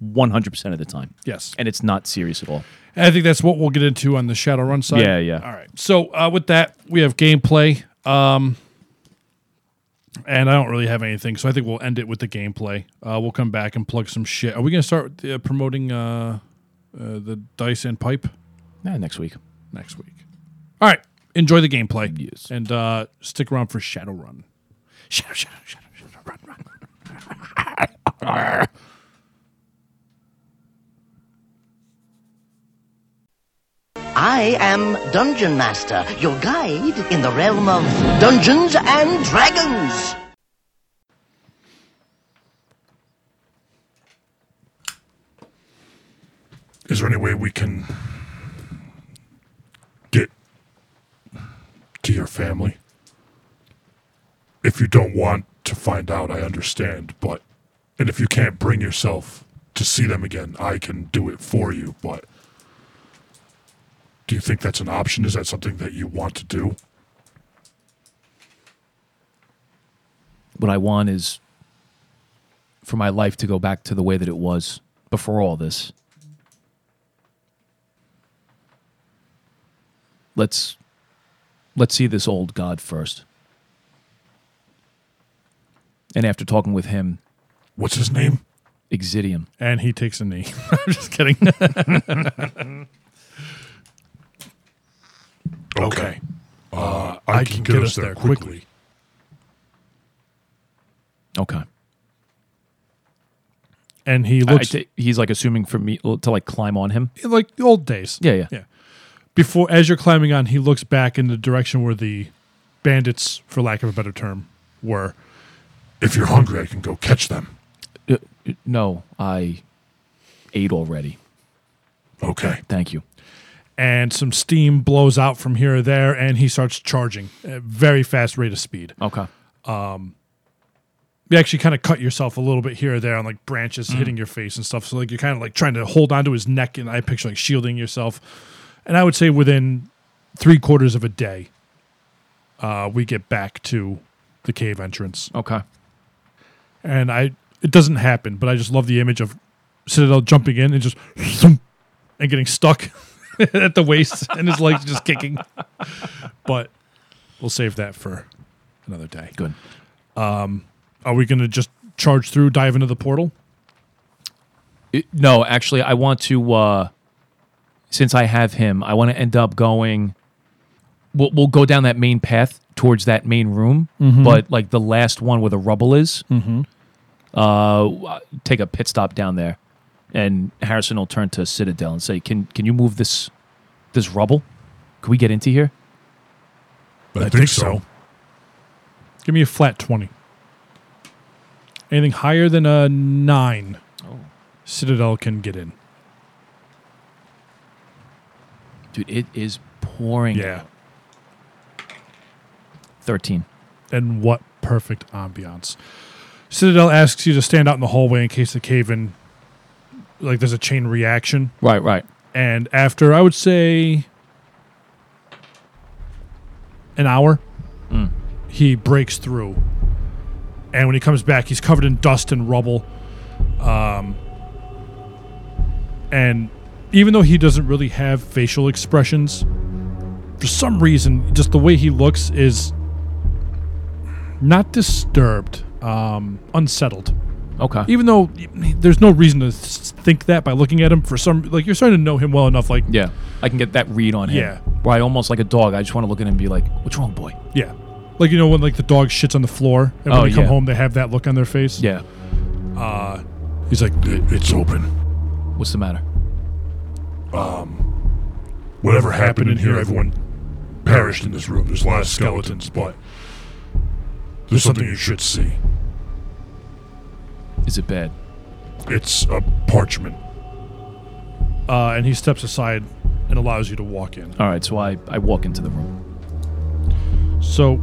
S3: one hundred percent of the time.
S2: Yes.
S3: and it's not serious at all.
S2: I think that's what we'll get into on the Shadowrun side.
S3: Yeah, yeah.
S2: All right. So uh, with that, we have gameplay. Um, and I don't really have anything, so I think we'll end it with the gameplay. Uh, we'll come back and plug some shit. Are we going to start uh, promoting uh, uh, the dice and pipe
S3: Yeah, next week.
S2: next week? All right. Enjoy the gameplay.
S3: Yes.
S2: And uh, stick around for Shadowrun. Shadow, shadow, shadow, shadow, run, run.
S5: I am Dungeon Master, your guide in the realm of Dungeons and Dragons.
S6: Is there any way we can get to your family? If you don't want to find out, I understand, but. And if you can't bring yourself to see them again, I can do it for you, but. Do you think that's an option? Is that something that you want to do?
S3: What I want is for my life to go back to the way that it was before all this. Let's let's see this old god first. And after talking with him,
S6: What's his name?
S3: Exidium.
S2: And he takes a knee. I'm just kidding.
S6: Okay. Uh, I, can, get, us there quickly.
S3: Okay.
S2: and he looks
S3: he's like assuming for me to like climb on him.
S2: like the old days.
S3: Yeah, yeah.
S2: Yeah. Before, as you're climbing on, he looks back in the direction where the bandits, for lack of a better term, were.
S6: If you're hungry, I can go catch them.
S3: Uh, uh, no, I ate already.
S6: Okay.
S3: Thank you.
S2: And some steam blows out from here or there, and he starts charging at a very fast rate of speed.
S3: Okay.
S2: you actually kind of cut yourself a little bit here or there on like branches hitting your face and stuff. So like you're kind of like trying to hold onto his neck, and I picture like shielding yourself. And I would say within three quarters of a day, uh, we get back to the cave entrance.
S3: Okay.
S2: And I, it doesn't happen, but I just love the image of Citadel jumping in and just thump, and getting stuck at the waist and his legs just kicking. But we'll save that for another day. Um,
S3: Good.
S2: Are we going to just charge through, dive into the portal?
S3: It- no, actually, I want to. Uh, since I have him, I want to end up going. We'll, we'll go down that main path towards that main room,
S2: Mm-hmm.
S3: but like the last one where the rubble is. Mm-hmm. Uh, w- take a pit stop down there, and Harrison will turn to Citadel and say, "Can can you move this this rubble? Can we get into here?"
S6: I, think so.
S2: Give me a flat 20. Anything higher than a 9,
S6: Oh.
S2: Citadel can get in.
S3: Dude, it is pouring.
S2: Yeah.
S3: thirteen.
S2: And what perfect ambiance. Citadel asks you to stand out in the hallway in case the cave in, like, there's a chain reaction.
S3: Right, right.
S2: And after, I would say, an hour, he breaks through. And when he comes back, he's covered in dust and rubble. Um, and even though he doesn't really have facial expressions, for some reason, just the way he looks is not disturbed, um, unsettled
S3: Okay.
S2: even though there's no reason to s- think that by looking at him for some like you're starting to know him well enough like
S3: Yeah, I can get that read on him.
S2: Yeah.
S3: Where I almost like a dog, I just want to look at him and be like, what's wrong, boy?
S2: yeah like you know when like the dog shits on the floor and when
S3: Oh,
S2: they come
S3: yeah.
S2: home they have that look on their face
S3: Yeah.
S2: he's like
S6: It, it's open.
S3: What's the matter?
S6: Whatever happened in here, everyone perished in this room. There's a lot of skeletons, but there's something you should see.
S3: Is it bad?
S6: It's a parchment.
S2: uh, and he steps aside and allows you to walk in
S3: All right, so I, I walk into the room.
S2: so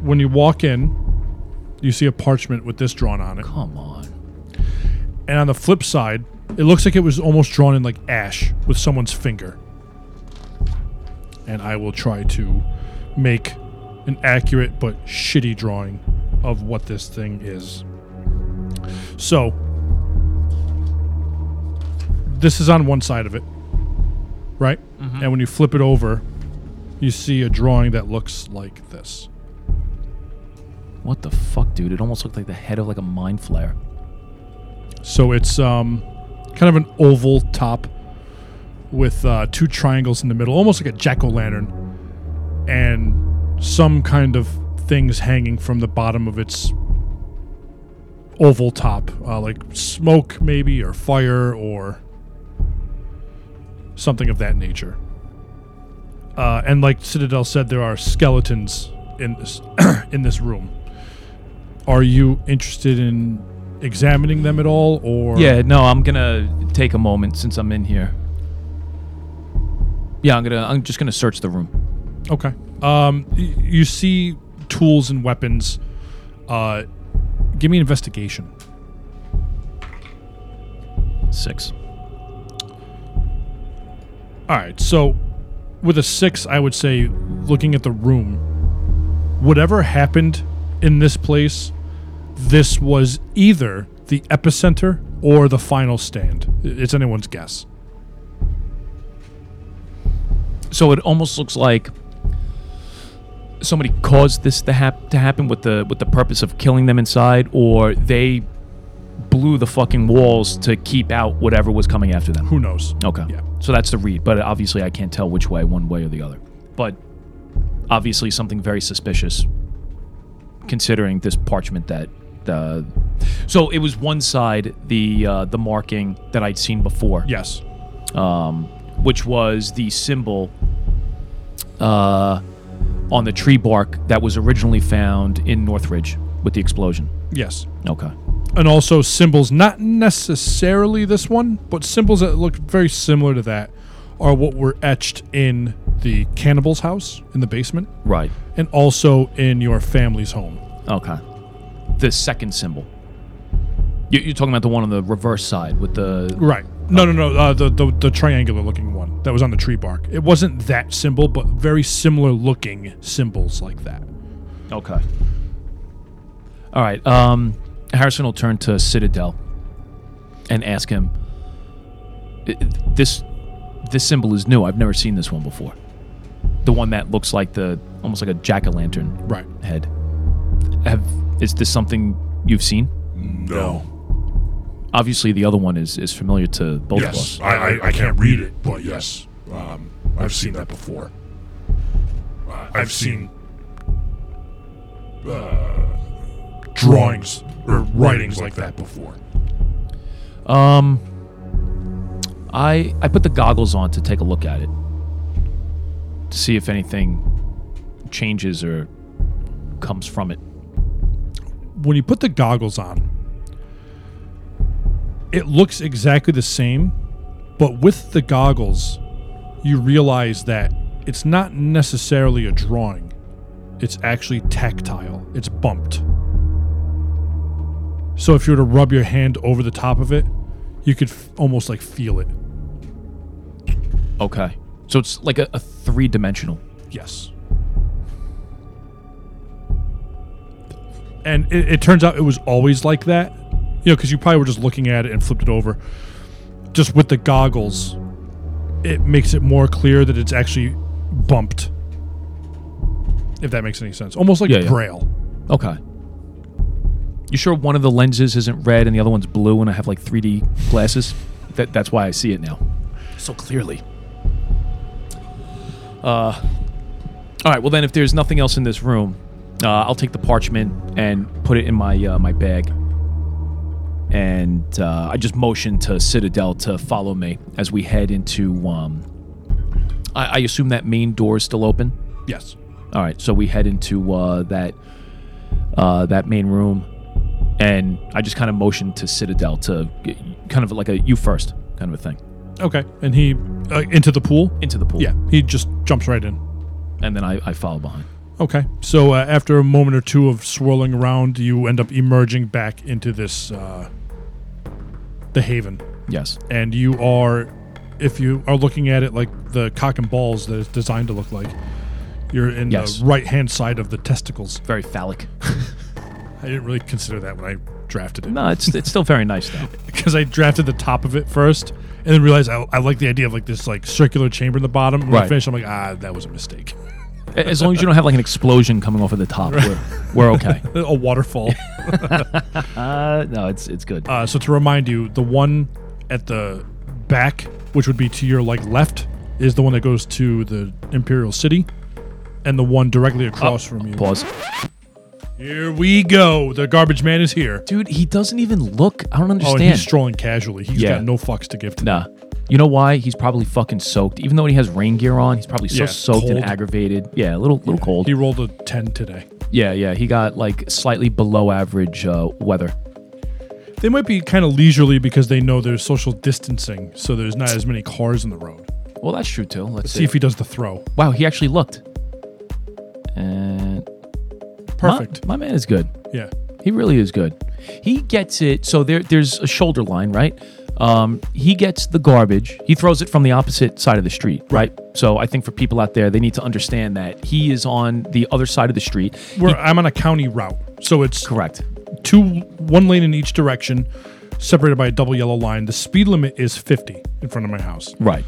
S2: when you walk in you see a parchment with this drawn on it
S3: Come on.
S2: and on the flip side it looks like it was almost drawn in like ash with someone's finger and i will try to make an accurate but shitty drawing of what this thing is so this is on one side of it right and when you flip it over you see a drawing that looks like this
S3: What the fuck, dude? It almost looked like the head of like a mind flare.
S2: So it's um, kind of an oval top with uh, two triangles in the middle, almost like a jack o' lantern, and some kind of things hanging from the bottom of its oval top, uh, like smoke maybe, or fire, or something of that nature. Uh, and like Citadel said, there are skeletons in this in this room. Are you interested in examining them at all, or
S3: Yeah, no, I'm gonna take a moment since I'm in here. Yeah, I'm gonna I'm just gonna search the room.
S2: Okay. Um, y- you see tools and weapons. Uh, give me an investigation.
S3: Six.
S2: All right. So, with a six, I would say, looking at the room, whatever happened in this place, this was either the epicenter or the final stand. I- It's anyone's guess.
S3: So it almost looks like somebody caused this to, hap- to happen with the with the purpose of killing them inside, or they blew the fucking walls to keep out whatever was coming after them.
S2: Who knows?
S3: Okay.
S2: Yeah.
S3: So that's the read, but obviously I can't tell which way, one way or the other. But obviously something very suspicious, considering this parchment that. Uh, so it was one side the uh, the marking that I'd seen before
S2: Yes.
S3: which was the symbol uh, on the tree bark that was originally found in Northridge with the explosion.
S2: Yes.
S3: Okay.
S2: and also symbols, not necessarily this one, but symbols that look very similar to that are what were etched in the cannibal's house in the basement
S3: Right.
S2: and also in your family's home.
S3: Okay. The second symbol. You- You're talking about the one on the reverse side with the.
S2: Right. No, no, no. Uh, the, the the triangular looking one that was on the tree bark. It wasn't that symbol, but very similar looking symbols like that.
S3: Okay. All right. Um, Harrison will turn to Citadel and ask him. "I- This this symbol is new. I've never seen this one before. The one that looks like the almost like a jack o' lantern
S2: Right.
S3: head. Have is this something you've seen?
S6: No.
S3: Obviously, the other one is is familiar to both of us.
S6: Yes. I, I, I can't read it, but yes. Um, I've seen that before. Uh, I've seen uh, drawings or writings like that before.
S3: I I put the goggles on to take a look at it to see if anything changes or comes from it.
S2: When you put the goggles on, it looks exactly the same, but with the goggles, you realize that it's not necessarily a drawing. It's actually tactile. It's bumped. So if you were to rub your hand over the top of it, you could f- almost like feel it.
S3: Okay. So it's like a, a three dimensional.
S2: Yes. And it, it turns out it was always like that. You know, because you probably were just looking at it and flipped it over. Just with the goggles, it makes it more clear that it's actually bumped. If that makes any sense. Almost like
S3: Yeah, yeah.
S2: Braille.
S3: Okay. You sure one of the lenses isn't red and the other one's blue and I have like 3D glasses? That, that's why I see it now. So clearly. Uh, all right, well, then, if there's nothing else in this room, uh, I'll take the parchment and put it in my, uh, my bag. And uh, I just motion to Citadel to follow me as we head into. Um, I, I assume that main door is still open.
S2: Yes.
S3: All right, so we head into uh, that uh, that main room, and I just kind of motion to Citadel to g- kind of like a you first kind of a thing
S2: Okay. And he, uh, into the pool?
S3: into the pool.
S2: Yeah. He just jumps right in.
S3: and then I, I follow behind.
S2: Okay. So uh, after a moment or two of swirling around, you end up emerging back into this, uh, the haven.
S3: Yes.
S2: and you are if you are looking at it like the cock and balls that it's designed to look like you're in
S3: Yes.
S2: the right hand side of the testicles
S3: Very phallic.
S2: i didn't really consider that when i drafted it
S3: No, it's it's still very nice though.
S2: because i drafted the top of it first and then realized I, I like the idea of like this like circular chamber in the bottom when i
S3: Right.
S2: finished i'm like ah that was a mistake
S3: A- As long as you don't have like an explosion coming off of the top, we're, we're okay.
S2: a waterfall
S3: Uh, no, it's it's good.
S2: uh, so to remind you the one at the back which would be to your like left is the one that goes to the imperial city and the one directly across from you
S3: Pause,
S2: Here we go. The garbage man is here.
S3: dude. He doesn't even look. I don't
S2: Oh,
S3: understand.
S2: and he's strolling casually. He's
S3: Yeah.
S2: got no fucks to give to
S3: Nah. You know why? He's probably fucking soaked. Even though he has rain gear on, he's probably so
S2: Yeah,
S3: soaked and
S2: cold.
S3: aggravated. Yeah, a little little cold.
S2: He rolled a 10 today.
S3: yeah, yeah. He got like slightly below average uh, weather.
S2: They might be kind of leisurely because they know there's social distancing, so there's not as many cars on the road.
S3: Well, that's true too. Let's
S2: See if he does the throw.
S3: wow, he actually looked. And my-
S2: Perfect.
S3: My, man is good.
S2: Yeah.
S3: He really is good. He gets it. So there, there's a shoulder line, right? Um, he gets the garbage. He throws it from the opposite side of the street, right? So I think for people out there, they need to understand that he is on the other side of the street.
S2: We're, I'm on a county route, so it's
S3: Correct.
S2: two, one lane in each direction, separated by a double yellow line. The speed limit is 50 in front of my house.
S3: Right.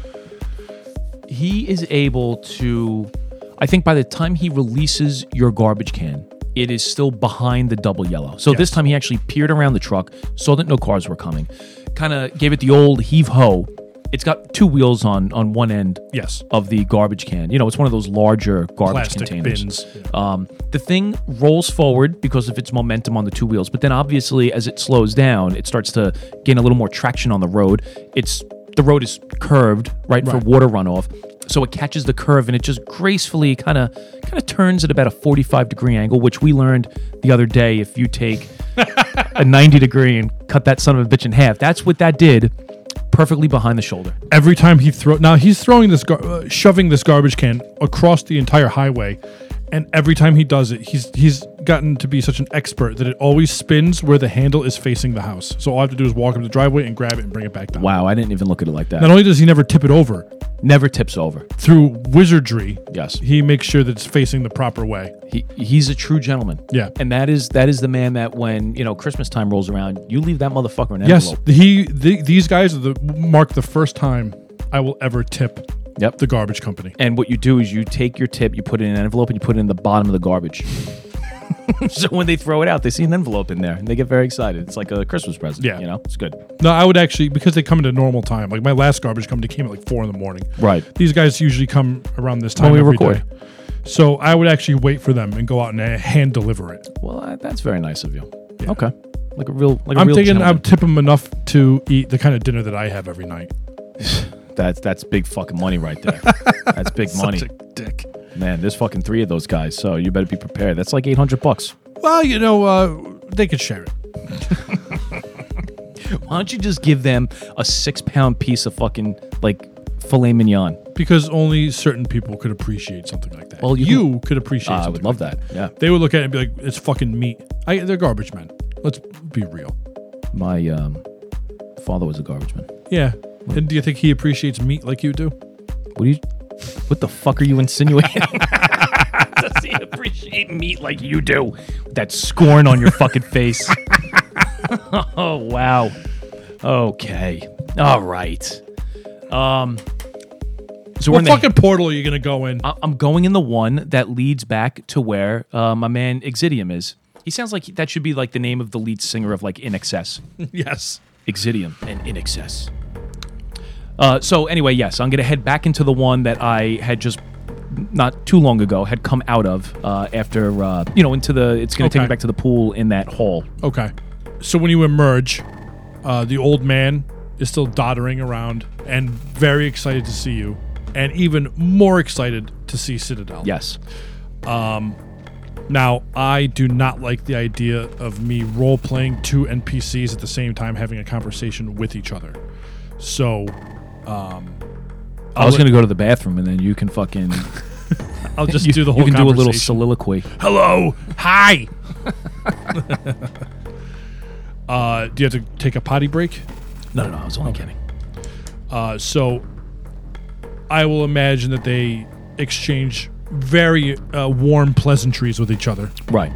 S3: He is able to, I think by the time he releases your garbage can, it is still behind the double yellow. So this time he actually peered around the truck, saw that no cars were coming, kind of gave it the old heave ho. It's got two wheels on on one end
S2: Yes.
S3: of the garbage can. You know, it's one of those larger garbage
S2: Plastic
S3: containers.
S2: bins.
S3: Um, the thing rolls forward because of its momentum on the two wheels, but then obviously as it slows down, it starts to gain a little more traction on the road. It's the road is curved, right, for
S2: Right.
S3: water runoff. So it catches the curve and it just gracefully kind of kind of turns at about a 45 degree angle, which we learned the other day if you take a 90 degree and cut that son of a bitch in half. That's what that did. Perfectly behind the shoulder.
S2: every time he throw now he's throwing this gar- uh, shoving this garbage can across the entire highway And every time he does it, he's he's gotten to be such an expert that it always spins where the handle is facing the house. So all I have to do is walk up the driveway and grab it and bring it back down.
S3: Wow, I didn't even look at it like that.
S2: Not only does he never tip it over,
S3: Never tips over.
S2: through wizardry,
S3: Yes.
S2: he makes sure that it's facing the proper way.
S3: He, he's a true gentleman.
S2: Yeah.
S3: And that is that is the man that when, you know, Christmas time rolls around, you leave that motherfucker an
S2: Yes,
S3: envelope.
S2: he the, these guys are the mark the first time I will ever tip
S3: Yep.
S2: the garbage company.
S3: And what you do is you take your tip, you put it in an envelope, and you put it in the bottom of the garbage. so when they throw it out, they see an envelope in there and they get very excited. It's like a Christmas present.
S2: Yeah.
S3: You know, it's good.
S2: No, I would actually because they come at a normal time. Like my last garbage company came at like four in the morning.
S3: Right.
S2: These guys usually come around this time
S3: we
S2: every
S3: record.
S2: day. So I would actually wait for them and go out and uh, hand deliver it.
S3: Well, I, that's very nice of you. Okay. Like a real, like a
S2: I'm
S3: real
S2: thinking I
S3: gentleman.
S2: would tip them enough to eat the kind of dinner that I have every night.
S3: That's that's big fucking money right there. that's big money,
S2: dick.
S3: man. There's fucking three of those guys, so you better be prepared. That's like eight hundred bucks.
S2: Well, you know, uh, they could share it.
S3: Why don't you just give them a six pound piece of fucking like filet mignon?
S2: because only certain people could appreciate something like that.
S3: Well, you
S2: could appreciate.
S3: Ah, I
S2: something
S3: would love
S2: like
S3: that. Yeah,
S2: They would look at it and be like, "It's fucking meat." I, they're garbage men. Let's be real.
S3: my um, father was a garbage man.
S2: Yeah. And do you think he appreciates meat like you do?
S3: What do you? What the fuck are you insinuating?
S4: Does he appreciate meat like you do?
S3: that scorn on your fucking face. oh wow. Okay. All right. Um. So we're
S2: What
S3: in the-
S2: fucking portal are you gonna go in?
S3: I- I'm going in the one that leads back to where uh, my man Exidium is. He sounds like he- that should be like the name of the lead singer of like In Excess.
S2: yes.
S3: Exidium and In Excess. Uh, so anyway, yes, I'm gonna head back into the one that I had just not too long ago had come out of uh, after uh, you know into the. It's gonna take
S2: Okay.
S3: me back to the pool in that hall.
S2: Okay. So when you emerge, uh, the old man is still doddering around and very excited to see you, and even more excited to see Citadel.
S3: Yes.
S2: Now, I do not like the idea of me role playing two NPCs at the same time having a conversation with each other. So,
S3: I was gonna go to the bathroom and then you can fucking
S2: I'll just
S3: you,
S2: do the
S3: you
S2: whole
S3: can do a little
S2: conversation.
S3: soliloquy.
S2: Hello. Hi. uh, do you have to take a potty break?
S3: No, no, no, I was only kidding.
S2: Uh, so I will imagine that they exchange very uh, warm pleasantries with each other.
S3: Right.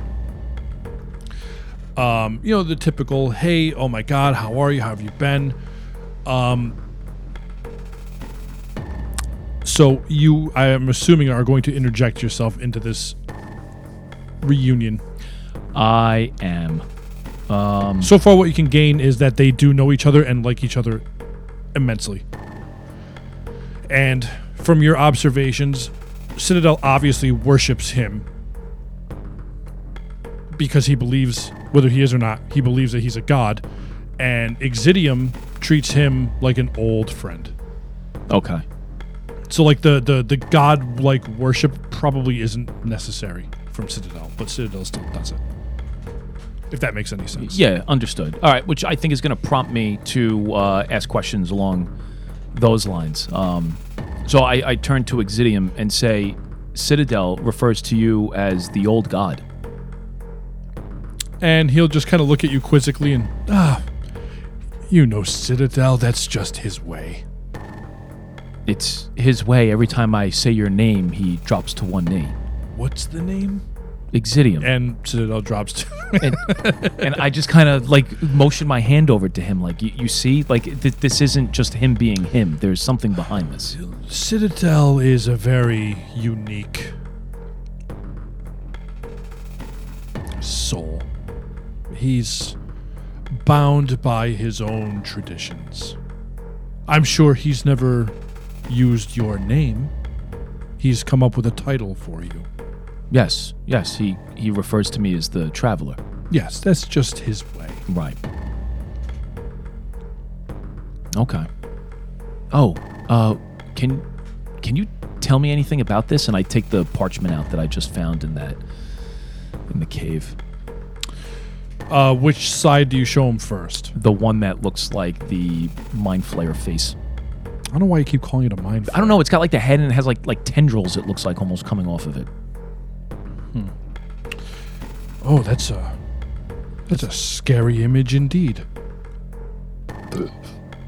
S2: Um, you know, the typical, hey, oh my God, how are you? How have you been? Um, so you, I am assuming, are going to interject yourself into this reunion.
S3: I am
S2: So far, what you can gain is that they do know each other and like each other immensely. And from your observations, Citadel obviously worships him because he believes, whether he is or not, he believes that he's a god. And Exidium treats him like an old friend.
S3: okay.
S2: So, like the the the god-like worship probably isn't necessary from Citadel, but Citadel still does it. If that makes any sense.
S3: Yeah, understood. All right, which I think is going to prompt me to uh, ask questions along those lines. Um, so I, I turn to Exidium and say, Citadel refers to you as the old god.
S2: and he'll just kind of look at you quizzically and ah you know citadel that's just his way
S3: It's his way. Every time I say your name, he drops to one knee.
S2: what's the name
S3: Exidium.
S2: and citadel drops to
S3: and, and I just kind of like motion my hand over to him, like, you, you see, like, th- this isn't just him being him. There's something behind this.
S2: citadel is a very unique soul he's bound by his own traditions i'm sure he's never used your name he's come up with a title for you
S3: Yes, yes, he, he refers to me as the traveler.
S2: yes that's just his way
S3: Right. Okay. Oh, uh, can can you tell me anything about this? And I take the parchment out that I just found in that in the cave.
S2: Uh, which side do you show him first?
S3: The one that looks like the mind flayer face.
S2: I don't know why you keep calling it a mind.
S3: I don't know. It's got like the head and it has like like tendrils. It looks like almost coming off of it.
S2: Oh, that's a that's a scary image indeed.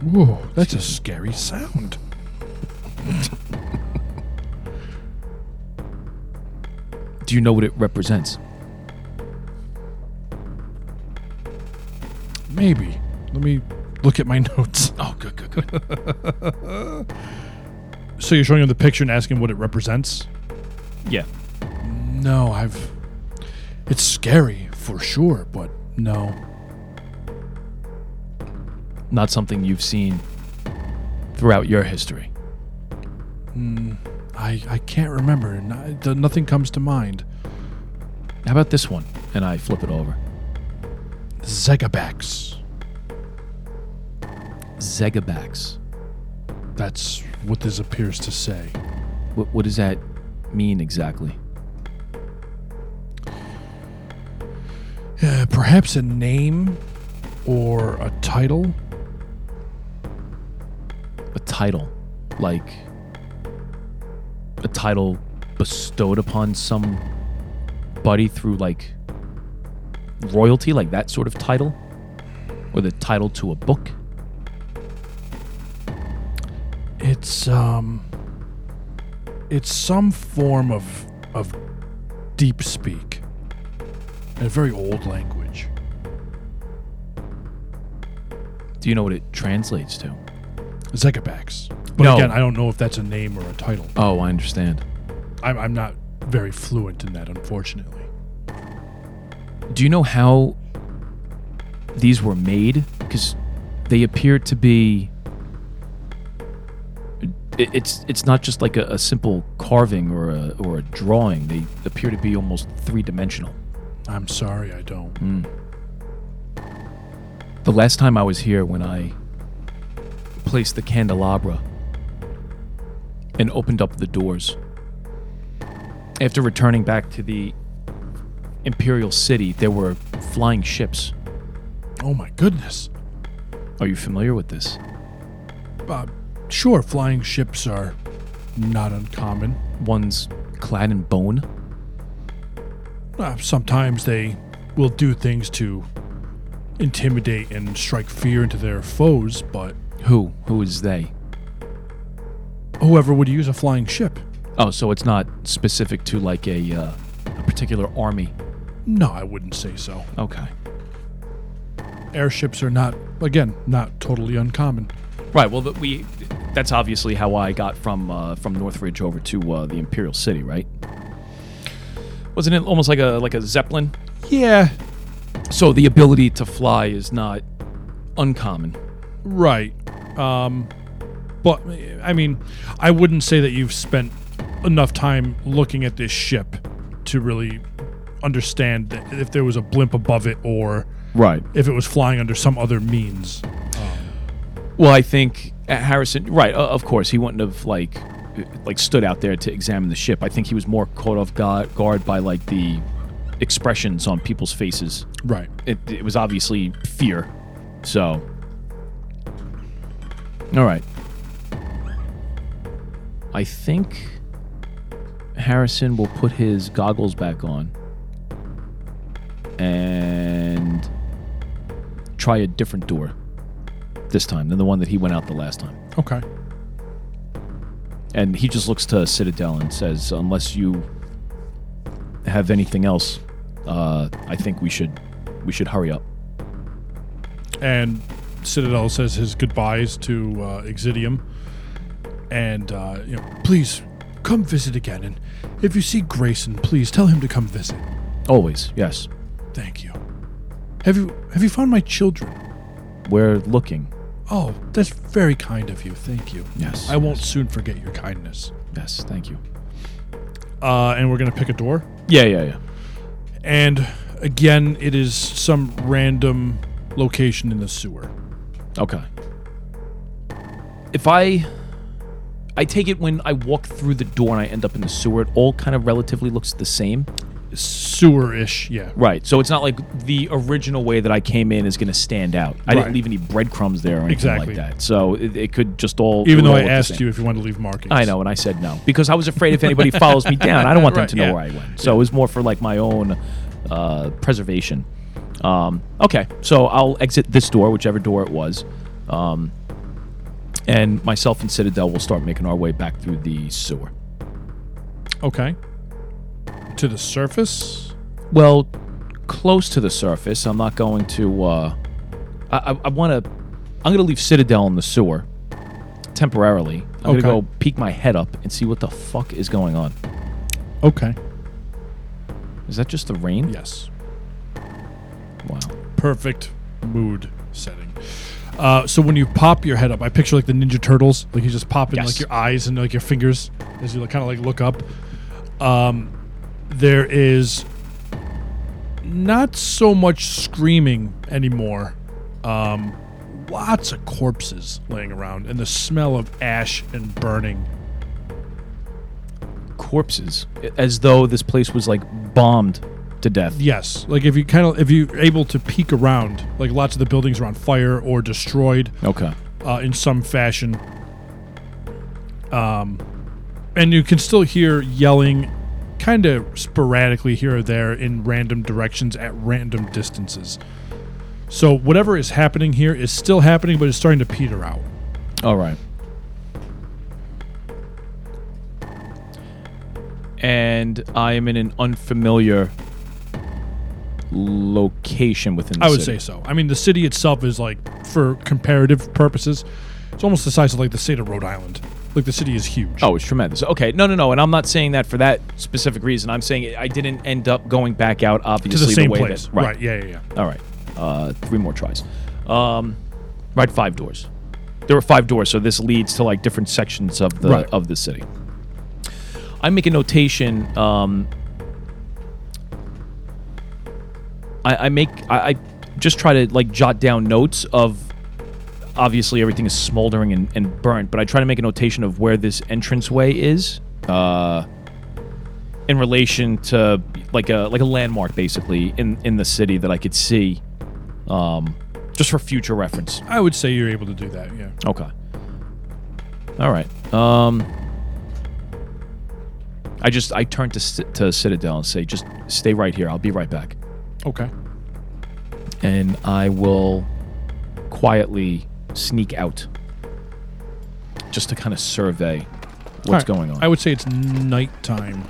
S2: Whoa, that's a scary sound.
S3: Do you know what it represents?
S2: Maybe. Let me look at my notes.
S3: Oh, good, good, good.
S2: So you're showing him the picture and asking what it represents?
S3: yeah.
S2: No, I've. It's scary for sure, but no.
S3: Not something you've seen throughout your history.
S2: I, I can't remember. N- th- Nothing comes to mind.
S3: How about this one? And I flip it over.
S2: Zegabax.
S3: Zegabax.
S2: That's what this appears to say.
S3: What, what does that mean exactly?
S2: Uh, perhaps a name or a title?
S3: a title, like a title bestowed upon somebody through like royalty, like that sort of title, or the title to a book.
S2: It's, um. It's some form of, of deep speak. A very old language.
S3: Do you know what it translates to?
S2: Zegabax. But
S3: No.
S2: again, I don't know if that's a name or a title.
S3: Oh, I understand.
S2: I'm, I'm not very fluent in that, unfortunately.
S3: Do you know how these were made? Because they appear to be. it- It's it's not just like a, a simple carving or a or a drawing. They appear to be almost three dimensional.
S2: I'm sorry, I don't.
S3: The last time I was here, when I placed the candelabra and opened up the doors, after returning back to the Imperial City, there were flying ships.
S2: Oh my goodness.
S3: Are you familiar with this?
S2: Uh, sure, flying ships are not uncommon.
S3: One's clad in bone.
S2: Uh, sometimes they will do things to intimidate and strike fear into their foes, but
S3: Who? Who is they?
S2: whoever would use a flying ship?
S3: Oh, so it's not specific to like a, uh, a particular army.
S2: No, I wouldn't say so.
S3: Okay.
S2: Airships are not, again, not totally uncommon.
S3: Right. Well, that we. That's obviously how I got from uh, from Northridge over to uh, the Imperial City, right? Wasn't it almost like a like a zeppelin?
S2: Yeah,
S3: So the ability to fly is not uncommon.
S2: Right. Um, but I mean, I wouldn't say that you've spent enough time looking at this ship to really understand that if there was a blimp above it or
S3: Right.
S2: if it was flying under some other means.
S3: Well, I think uh, Harrison. Right. Uh, of course, he wouldn't have like uh, like stood out there to examine the ship. I think he was more caught off guard, guard by like the expressions on people's faces.
S2: Right.
S3: It, it was obviously fear. So. All right. I think Harrison will put his goggles back on and try a different door this time than the one that he went out the last time.
S2: Okay.
S3: And he just looks to Citadel and says, "Unless you have anything else, uh, I think we should we should hurry up."
S2: And Citadel says his goodbyes to uh, Exidium. And, uh, you know, please come visit again. And if you see Grayson, please tell him to come visit.
S3: Always, yes.
S2: Thank you. Have you have you found my children?
S3: We're looking.
S2: Oh, that's very kind of you. Thank you.
S3: Yes.
S2: I won't soon forget your kindness.
S3: Yes, thank you.
S2: Uh, and we're going to pick a door.
S3: Yeah, yeah, yeah.
S2: And again, it is some random location in the sewer.
S3: Okay. If I I take it when I walk through the door and I end up in the sewer, it all kind of relatively looks the same.
S2: Sewer ish, yeah.
S3: Right. So it's not like the original way that I came in is going to stand out. I
S2: Right.
S3: didn't leave any breadcrumbs there or anything
S2: Exactly.
S3: like that. So it, it could just all it
S2: Even
S3: would
S2: though
S3: all
S2: I
S3: look the
S2: asked
S3: same.
S2: you if you wanted to leave markings.
S3: I know, and I said no because I was afraid if anybody follows me down, I don't want them
S2: Right,
S3: to know
S2: yeah.
S3: where I went. So it was more for like my own uh, preservation. Um, okay, so I'll exit this door, whichever door it was, um, and myself and Citadel will start making our way back through the sewer.
S2: Okay. To the surface.
S3: Well, close to the surface. I'm not going to. Uh, I, I, I want to. I'm going to leave Citadel in the sewer temporarily. I'm going
S2: Okay.
S3: to go peek my head up and see what the fuck is going on.
S2: Okay.
S3: Is that just the rain?
S2: Yes.
S3: Wow.
S2: Perfect mood setting. Uh, so when you pop your head up, I picture like the Ninja Turtles, like you just popping
S3: Yes.
S2: like your eyes and like your fingers as you like, kind of like look up. Um, there is not so much screaming anymore. Um, lots of corpses laying around, and the smell of ash and burning.
S3: Corpses. As though this place was like bombed to death.
S2: Yes, like if you kind of if you're able to peek around, like lots of the buildings are on fire or destroyed.
S3: Okay.
S2: uh, in some fashion. Um, and you can still hear yelling, kind of sporadically here or there in random directions at random distances. So whatever is happening here is still happening, but it's starting to peter out.
S3: All right. And I am in an unfamiliar location within the
S2: I would say
S3: city.
S2: so. I mean, the city itself is like, for comparative purposes, it's almost the size of like the state of Rhode Island. Like the city is huge.
S3: Oh, it's tremendous. Okay, no, no, no, and I'm not saying that for that specific reason. I'm saying it- I didn't end up going back out.
S2: to
S3: Obviously,
S2: the same
S3: way that-
S2: place.
S3: right.
S2: right. Yeah. Yeah. Yeah.
S3: All right. Uh, three more tries. Um, right, five doors. There were five doors, so this leads to like different sections of the
S2: Right.
S3: of the city. I make a notation. Um, I, I make I, I just try to like jot down notes of. Obviously, everything is smoldering and, and burnt, but I try to make a notation of where this entranceway is, uh, in relation to like a like a landmark, basically in in the city that I could see, um, just for future reference.
S2: I would say you're able to do that. Yeah.
S3: Okay. All right. Um, I just I turn to Ci- to Citadel and say, just stay right here. I'll be right back.
S2: Okay.
S3: And I will quietly sneak out, just to kind of survey what's
S2: All right.
S3: going on.
S2: I would say it's nighttime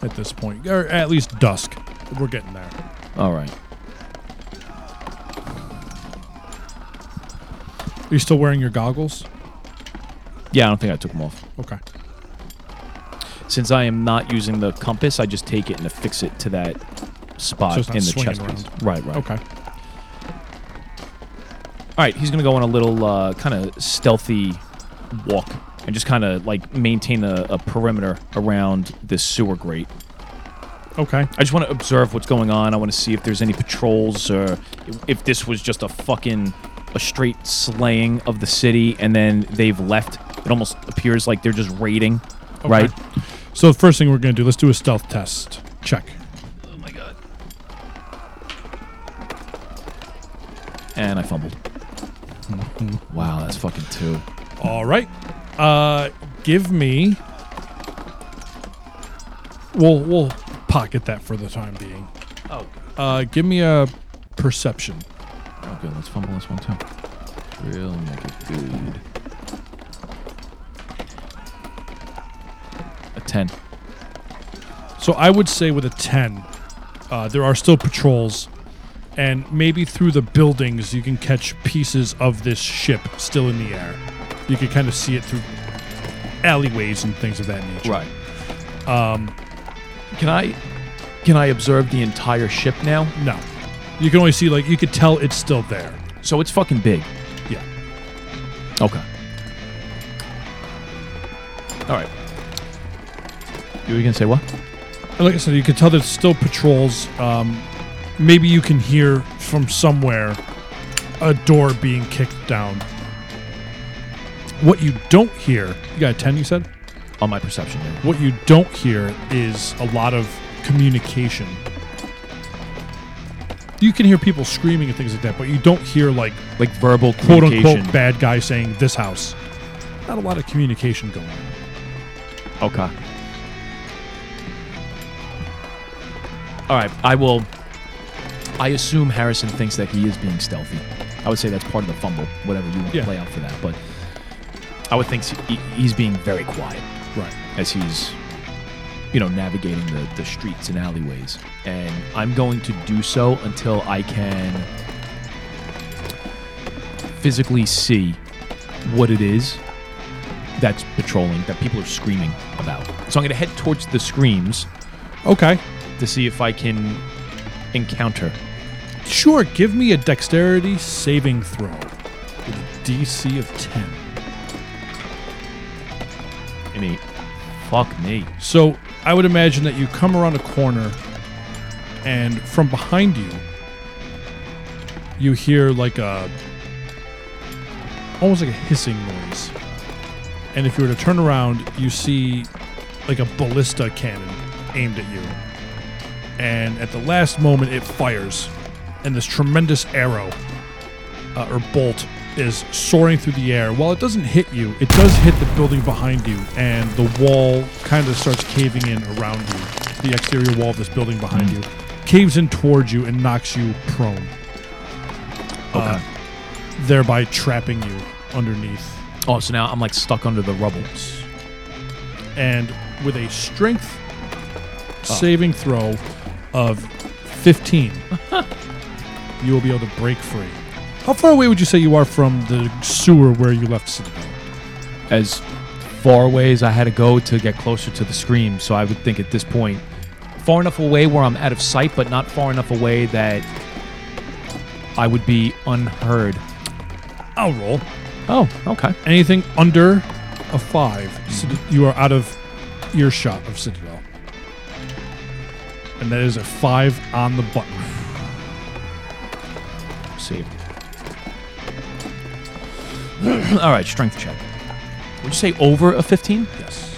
S2: at this point, or at least dusk. We're getting there.
S3: All right.
S2: Are you still wearing your goggles?
S3: Yeah, I don't think I took them off.
S2: Okay.
S3: Since I am not using the compass, I just take it and affix it to that
S2: So
S3: spot
S2: it's not
S3: in the
S2: swinging
S3: chest piece.
S2: around.
S3: Right, right.
S2: Okay.
S3: All right, he's gonna go on a little uh, kind of stealthy walk and just kind of like maintain a, a perimeter around this sewer grate.
S2: Okay.
S3: I just want to observe what's going on. I want to see if there's any patrols or if this was just a fucking a straight slaying of the city and then they've left. It almost appears like they're just raiding, right?
S2: So the first thing we're gonna do, let's do a stealth test. Check.
S3: And I fumbled. wow, that's fucking two.
S2: All right. Uh, give me. We'll we'll pocket that for the time being.
S3: Oh,
S2: Uh, give me a perception.
S3: Oh, good. Let's fumble this one too. Real make it good. A ten.
S2: So I would say with a 10, uh, there are still patrols, and maybe through the buildings you can catch pieces of this ship still in the air. You can kind of see it through alleyways and things of that nature.
S3: Right. Um, can I can I observe the entire ship now?
S2: No. You can only see, like, you could tell it's still there.
S3: So it's fucking big.
S2: Yeah.
S3: Okay. All right. You were gonna say what?
S2: And Like I said, you can tell there's still patrols. Um, maybe you can hear from somewhere a door being kicked down. What you don't hear, you got a 10, you said?
S3: On my perception. yeah.
S2: What you don't hear is a lot of communication. You can hear people screaming and things like that, but you don't hear like
S3: Like verbal
S2: quote
S3: communication.
S2: unquote bad guy saying this house. Not a lot of communication going on.
S3: Okay. All right, I will I assume Harrison thinks that he is being stealthy. I would say that's part of the fumble, whatever you want
S2: Yeah.
S3: to play out for that. But I would think he, he's being very quiet
S2: Right.
S3: as he's, you know, navigating the, the streets and alleyways. And I'm going to do so until I can physically see what it is that's patrolling, that people are screaming about. So I'm going to head towards the screams
S2: Okay.
S3: to see if I can encounter.
S2: Sure. Give me a dexterity saving throw. With a DC of 10.
S3: I mean, fuck me.
S2: So I would imagine that you come around a corner, and from behind you, you hear like a almost like a hissing noise. And if you were to turn around, you see like a ballista cannon aimed at you. And at the last moment, it fires, and this tremendous arrow uh, or bolt is soaring through the air. While it doesn't hit you, it does hit the building behind you, and the wall kind of starts caving in around you. The exterior wall of this building behind you caves in towards you and knocks you prone. Okay. thereby trapping you underneath.
S3: Oh, so now I'm like stuck under the rubble.
S2: And with a strength saving throw of 15, you will be able to break free. How far away would you say you are from the sewer where you left Citadel?
S3: As far away as I had to go to get closer to the scream, so I would think at this point, far enough away where I'm out of sight, but not far enough away that I would be unheard.
S2: I'll roll.
S3: Oh, okay.
S2: Anything under a 5 Citad- you are out of earshot of Citadel. And that is a five on the button.
S3: Saved. All right, strength check. Would you say over a 15?
S2: Yes.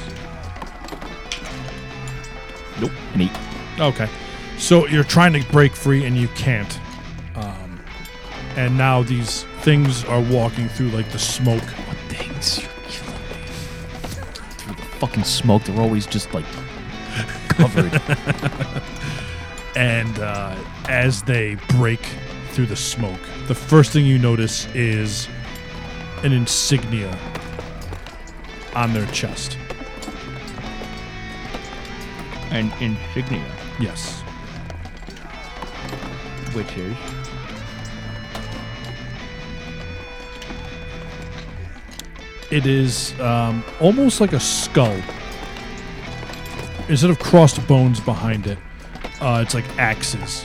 S3: Nope. An 8.
S2: Okay. So you're trying to break free and you can't. Um, and now these things are walking through like the smoke.
S3: Thanks, you're killing me. Through the fucking smoke, they're always just like covered.
S2: And uh, as they break through the smoke, the first thing you notice is an insignia on their chest.
S7: An insignia,
S2: Yes.
S7: which is
S2: It is um, almost like a skull. Instead of crossed bones behind it, uh, it's like axes.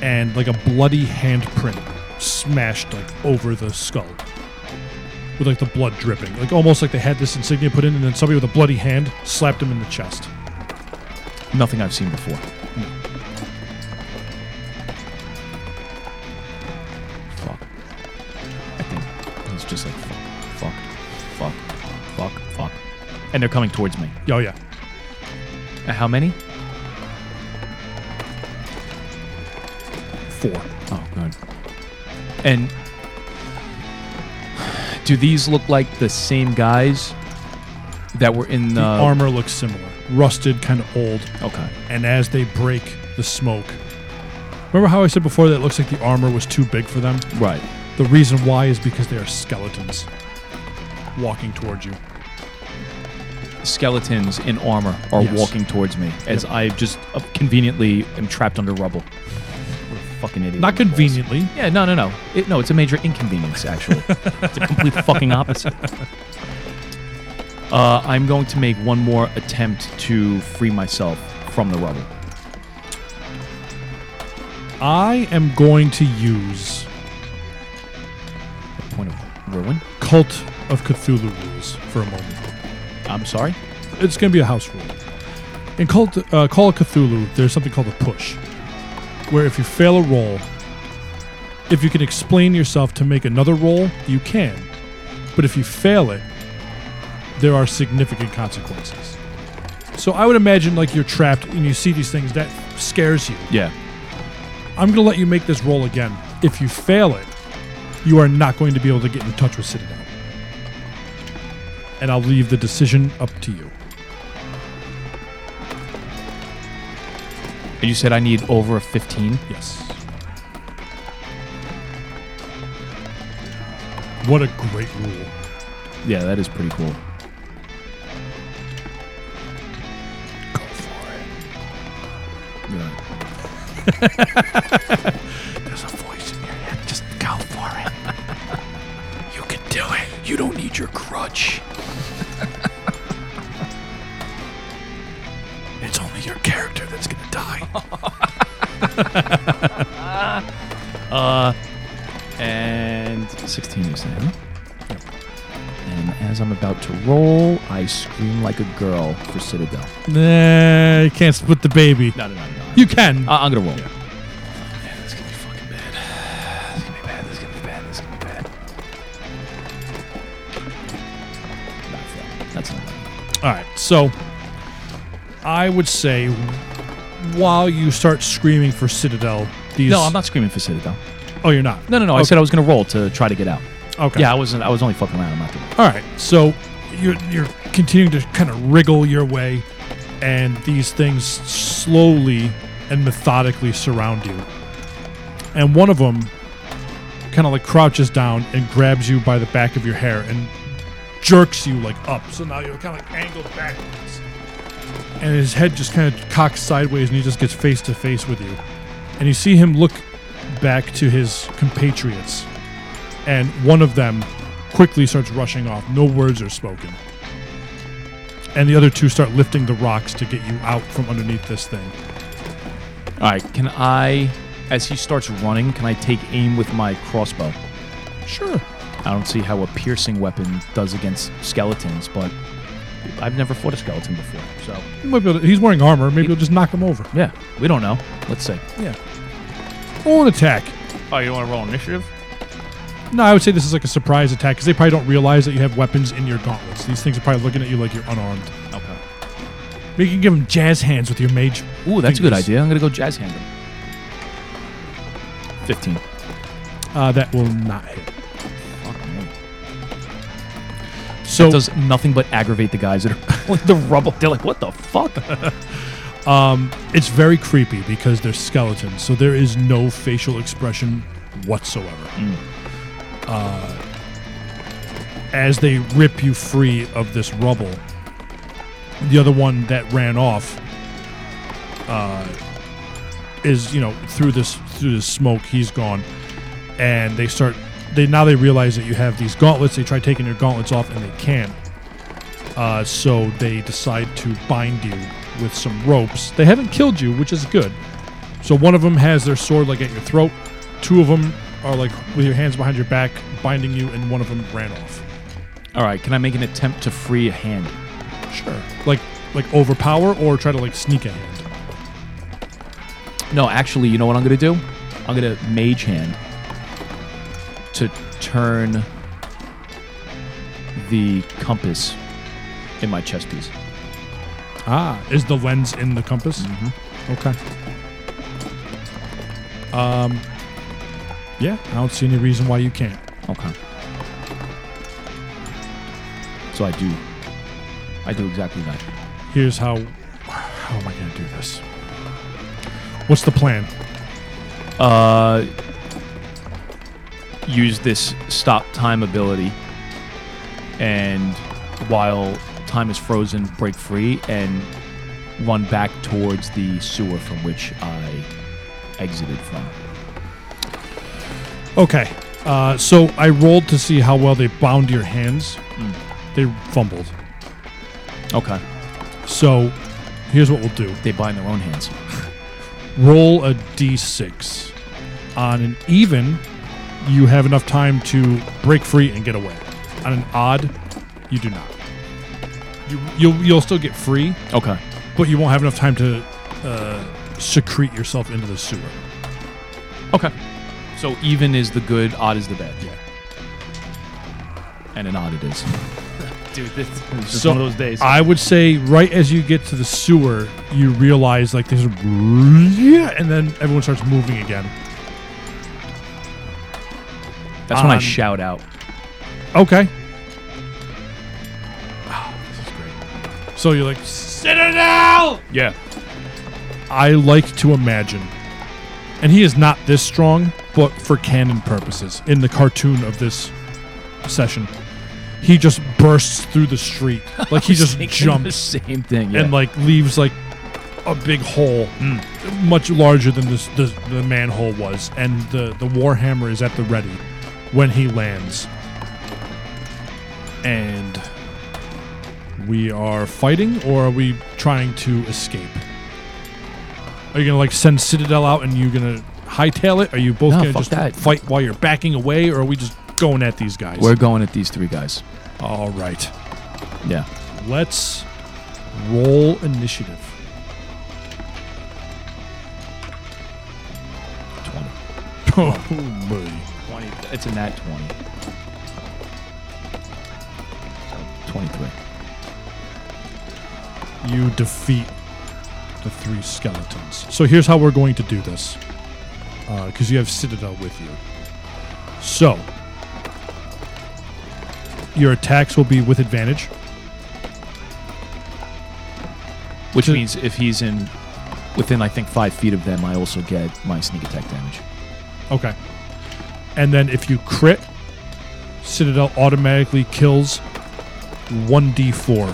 S2: And like a bloody handprint smashed like over the skull. With like the blood dripping. Like almost like they had this insignia put in and then somebody with a bloody hand slapped him in the chest.
S3: Nothing I've seen before. Fuck. I think it's just like fuck, fuck, fuck, fuck, fuck. And they're coming towards me.
S2: Oh yeah.
S3: Uh, How many?
S2: Four.
S3: Oh, good. And do these look like the same guys that were in the,
S2: The armor looks similar. Rusted, kind of old.
S3: Okay.
S2: And as they break the smoke. Remember how I said before that it looks like the armor was too big for them?
S3: Right.
S2: The reason why is because they are skeletons walking towards you.
S3: Skeletons in armor are
S2: Yes.
S3: walking towards me as I just uh, conveniently am trapped under rubble. What a fucking idiot.
S2: Not conveniently.
S3: Yeah, no, no, no. It, no, it's a major inconvenience, actually. it's a complete fucking opposite. Uh, I'm going to make one more attempt to free myself from the rubble.
S2: I am going to use
S3: Point of ruin?
S2: Cult of Cthulhu rules for a moment.
S3: I'm sorry?
S2: It's going to be a house rule. In Cult, uh, Call of Cthulhu, there's something called a push, where if you fail a roll, if you can explain yourself to make another roll, you can. But if you fail it, there are significant consequences. So I would imagine like you're trapped and you see these things that scares you.
S3: Yeah.
S2: I'm going to let you make this roll again. If you fail it, you are not going to be able to get in touch with Citadel. And I'll leave the decision up to you.
S3: You said I need over a 15?
S2: Yes. What a great rule.
S3: Yeah, that is pretty cool.
S2: Go for it.
S3: Yeah.
S2: There's a voice in your head. Just go for it. you can do it. You don't need your crutch. it's only your character that's going to die.
S3: And 16, you say, huh? And as I'm about to roll, I scream like a girl for Citadel.
S2: nah, you can't split the baby.
S3: No, no, no, no.
S2: You can.
S3: I- I'm gonna roll. Man, this is gonna be fucking bad. This is gonna be bad. This is gonna be bad. This is gonna be bad. Not fail. That's not bad.
S2: All right. So I would say while you start screaming for Citadel, these.
S3: No, I'm not screaming for Citadel.
S2: Oh, you're not?
S3: No, no, no. I
S2: Okay.
S3: said I was gonna roll to try to get out.
S2: Okay.
S3: Yeah, I wasn't. I was only fucking around. I'm not doing. it.
S2: All right, so you're you're continuing to kind of wriggle your way, and these things slowly and methodically surround you. And one of them kind of like crouches down and grabs you by the back of your hair and jerks you like up. So now you're kind of like angled backwards, and his head just kind of cocks sideways, and he just gets face to face with you. And you see him look back to his compatriots and one of them quickly starts rushing off. No words are spoken. And the other two start lifting the rocks to get you out from underneath this thing.
S3: All right. Can I, as he starts running, can I take aim with my crossbow?
S2: Sure.
S3: I don't see how a piercing weapon does against skeletons, but I've never fought a skeleton before. So
S2: You might be able to, he's wearing armor. Maybe you'll just knock him over.
S3: yeah, we don't know. Let's see.
S2: Yeah. Roll an attack.
S7: Oh, you want to roll initiative?
S2: No, I would say this is like a surprise attack because they probably don't realize that you have weapons in your gauntlets. These things are probably looking at you like you're unarmed.
S3: Okay.
S2: But you can give them jazz hands with your mage.
S3: Ooh, that's a good
S2: fingers.
S3: idea. I'm gonna go jazz hand him. Fifteen.
S2: Uh, that will not hit.
S3: That
S2: So
S3: does nothing but aggravate the guys that are with the rubble. They're like, "What the fuck?"
S2: It's very creepy because they're skeletons, so there is no facial expression whatsoever. Uh, as they rip you free of this rubble, the other one that ran off uh, is, you know, through this through this smoke, he's gone, and they start. They now they realize that you have these gauntlets. They try taking your gauntlets off, and they can't. Uh, so they decide to bind you with some ropes. They haven't killed you, which is good. So one of them has their sword like at your throat. Two of them are like with your hands behind your back, binding you, and one of them ran off.
S3: All right, can I make an attempt to free a hand?
S2: Sure. Like like overpower or try to like sneak a hand.
S3: No, actually, you know what I'm gonna do? I'm gonna mage hand to turn the compass in my chest piece.
S2: Ah, is the lens in the compass? Mm-hmm. Okay. Um. Yeah, I don't see any reason why you can't.
S3: Okay. So I do. I do exactly that.
S2: Here's how. How am I going to do this? What's the plan?
S3: Uh, use this stop time ability, and while time is frozen, break free and run back towards the sewer from which I exited from.
S2: Okay. Uh, so I rolled to see how well they bound your hands. They fumbled.
S3: Okay.
S2: So here's what we'll do
S3: They bind their own hands.
S2: roll a d6. On an even, you have enough time to break free and get away. On an odd, you do not. You, you'll, you'll still get free,
S3: Okay.
S2: but you won't have enough time to uh, secrete yourself into the sewer.
S3: Okay. So even is the good, odd is the bad.
S2: Yeah.
S3: And an odd it is.
S7: Dude, this is just
S2: So,
S7: one of those days.
S2: I would say right as you get to the sewer, you realize like there's a yeah, and then everyone starts moving again.
S3: That's when I
S2: Um,
S3: shout out.
S2: Okay. Oh, So you're like Citadel.
S3: Yeah.
S2: I like to imagine, and he is not this strong, but for canon purposes, in the cartoon of this session, he just bursts through the street. Like he just
S3: Thinking The
S2: jumps
S3: same thing. Yeah. Mm.
S2: and like leaves like a big hole, much larger than this, the the manhole was, and the the warhammer is at the ready when he lands. And we are fighting, or are we trying to escape? Are you gonna like send Citadel out, and you gonna hightail it? Are you both
S3: No,
S2: gonna
S3: fuck
S2: just
S3: that.
S2: fight while you're backing away, or are we just going at these guys?
S3: we're going at these three guys.
S2: All right.
S3: Yeah.
S2: Let's roll initiative.
S3: 20.
S2: Oh, boy.
S3: 20. It's a nat 20. So, 23.
S2: you defeat the three skeletons. So here's how we're going to do this, because you have Citadel with you. So your attacks will be with advantage.
S3: Which
S2: To-
S3: means if he's in within, I think, five feet of them, I also get my sneak attack damage.
S2: Okay. And then if you crit, Citadel automatically kills one d4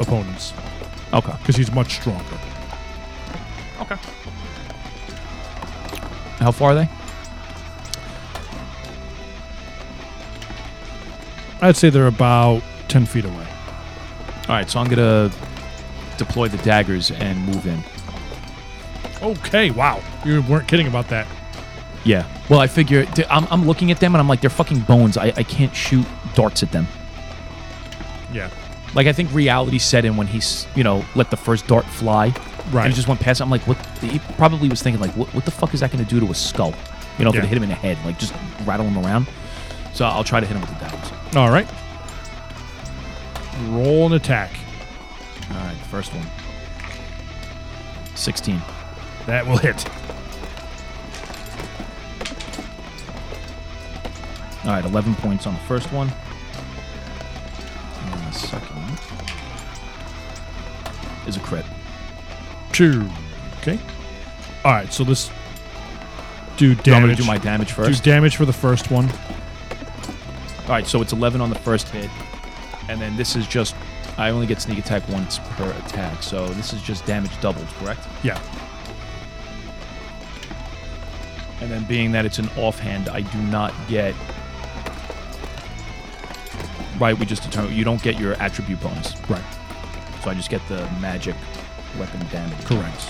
S2: opponents
S3: Okay.
S2: because he's much stronger.
S3: How far are they?
S2: I'd say they're about ten feet away.
S3: All right, so I'm going to deploy the daggers and move in.
S2: Okay. Wow. You weren't kidding about that.
S3: Yeah. Well, I figure d- I'm, I'm looking at them and I'm like, they're fucking bones. I, I can't shoot darts at them.
S2: Yeah.
S3: Like, I think reality set in when he's, you know, let the first dart fly.
S2: Right.
S3: And he just went past. it. I'm like, what? He probably was thinking, like, what, what the fuck is that going to do to a skull? You know, if
S2: Yeah.
S3: it hit him in the head, like, just rattle him around. So I'll try to hit him with the daggers.
S2: All right. Roll an attack.
S3: All right, first one. 16.
S2: That will hit.
S3: All right, 11 points on the first one. And then the second one is a crit.
S2: Two. Okay. All right. So let's do damage.
S3: Do you want me to do my damage
S2: Do
S3: first?
S2: damage for the first one.
S3: All right, so it's 11 on the first hit. And then this is just, I only get sneak attack once per attack. So this is just damage doubled, correct?
S2: Yeah.
S3: And then being that it's an offhand, I do not get. Right, we just determined you don't get your attribute bonus.
S2: Right.
S3: So I just get the magic weapon damage.
S2: Correct.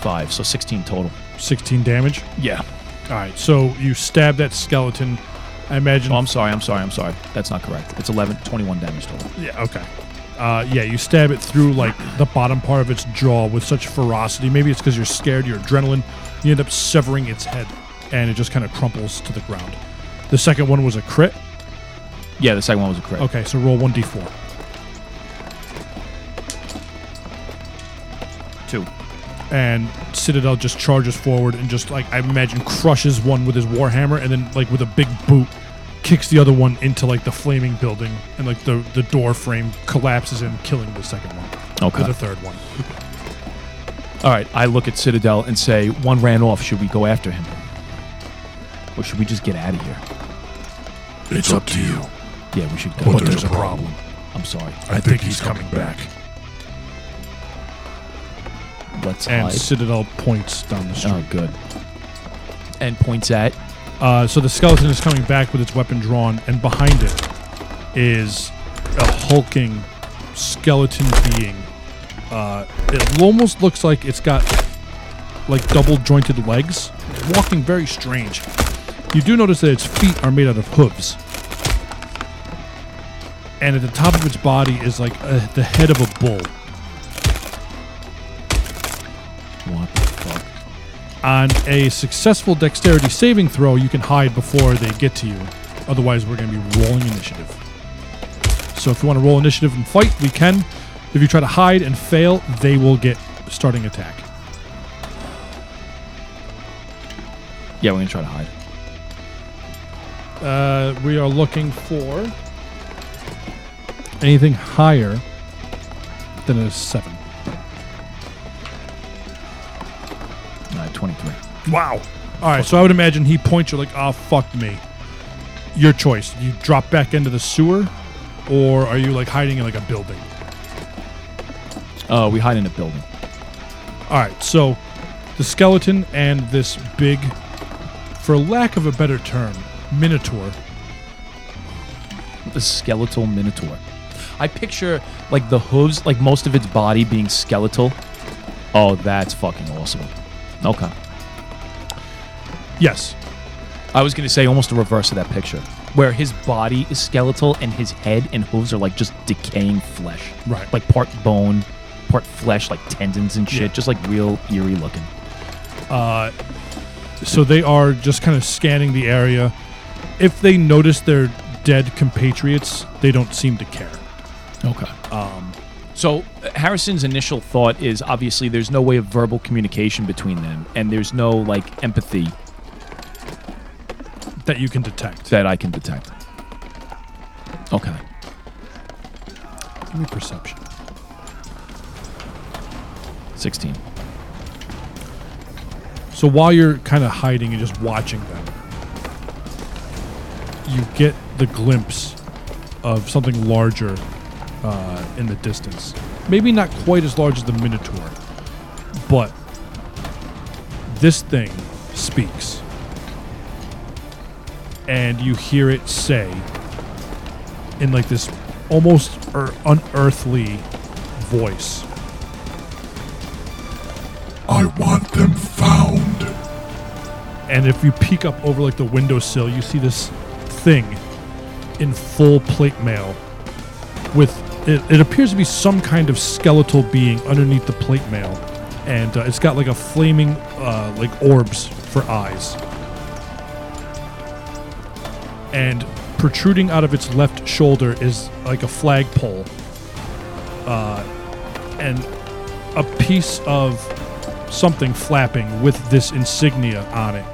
S3: Five, so 16 total.
S2: 16 damage.
S3: Yeah.
S2: All right. So you stab that skeleton. I imagine.
S3: Oh, I'm sorry, I'm sorry, I'm sorry. That's not correct. It's 11, 21 damage total.
S2: yeah. Okay. Uh, yeah, you stab it through like the bottom part of its jaw with such ferocity. Maybe it's because you're scared, your adrenaline. You end up severing its head, and it just kind of crumples to the ground. The second one was a crit.
S3: Yeah, the second one was a crit.
S2: Okay, so roll one d4.
S3: Two.
S2: and Citadel just charges forward and just like I imagine crushes one with his warhammer and then like with a big boot kicks the other one into like the flaming building and like the the door frame collapses and killing the second one.
S3: Okay.
S2: Or
S6: Uh,
S2: the third one.
S3: All right, I look at Citadel and say, one ran off. Should we go after him? Or should we just get out of here?
S6: It's up to you.
S3: Yeah, we should go.
S6: But there's a problem.
S3: I'm sorry.
S6: I think he's coming back.
S3: Let's
S2: And
S3: hide.
S2: Citadel points down the street.
S3: oh, good. And points at.
S2: Uh, so the skeleton is coming back with its weapon drawn, and behind it is a hulking skeleton being. Uh, it almost looks like it's got like double jointed legs, walking very strange. You do notice that its feet are made out of hooves. And at the top of its body is like uh the head of a bull.
S3: What the fuck?
S2: On a successful dexterity saving throw, you can hide before they get to you. Otherwise, we're going to be rolling initiative. So if you want to roll initiative and fight, we can. If you try to hide and fail, they will get starting attack.
S3: Yeah, we're going to try to hide.
S2: Uh, we are looking for anything higher than a seven.
S3: All right, 23.
S2: Wow. All right, so I would imagine he points you like, "Ah, fuck me," your choice. You drop back into the sewer, or are you like hiding in like a building?
S3: Uh, we hide in a building.
S2: All right, so the skeleton and this big, for lack of a better term, minotaur.
S3: The skeletal minotaur. I picture like the hooves, like most of its body being skeletal. Oh, that's fucking awesome. Okay.
S2: Yes,
S3: I was gonna say almost the reverse of that picture, where his body is skeletal and his head and hooves are like just decaying flesh,
S2: Right.
S3: Like part bone, part flesh, like tendons and shit,
S2: Yeah.
S3: just like real eerie looking.
S2: so they are just kind of scanning the area. If they notice their dead compatriots, they don't seem to care.
S3: Okay. Um, so uh, Harrison's initial thought is obviously there's no way of verbal communication between them, and there's no like empathy
S2: That you can detect.
S3: that I can detect. Okay.
S2: Give me perception.
S3: Sixteen.
S2: So while you're kind of hiding and just watching them, you get the glimpse of something larger uh, in the distance. Maybe not quite as large as the Minotaur, but this thing speaks. And you hear it say, in like this almost er- unearthly voice.
S6: I want them found.
S2: and if you peek up over like the windowsill, you see this thing in full plate mail with it, it appears to be some kind of skeletal being underneath the plate mail and uh, it's got like a flaming uh, like orbs for eyes and protruding out of its left shoulder is like a flagpole uh, and a piece of something flapping with this insignia on it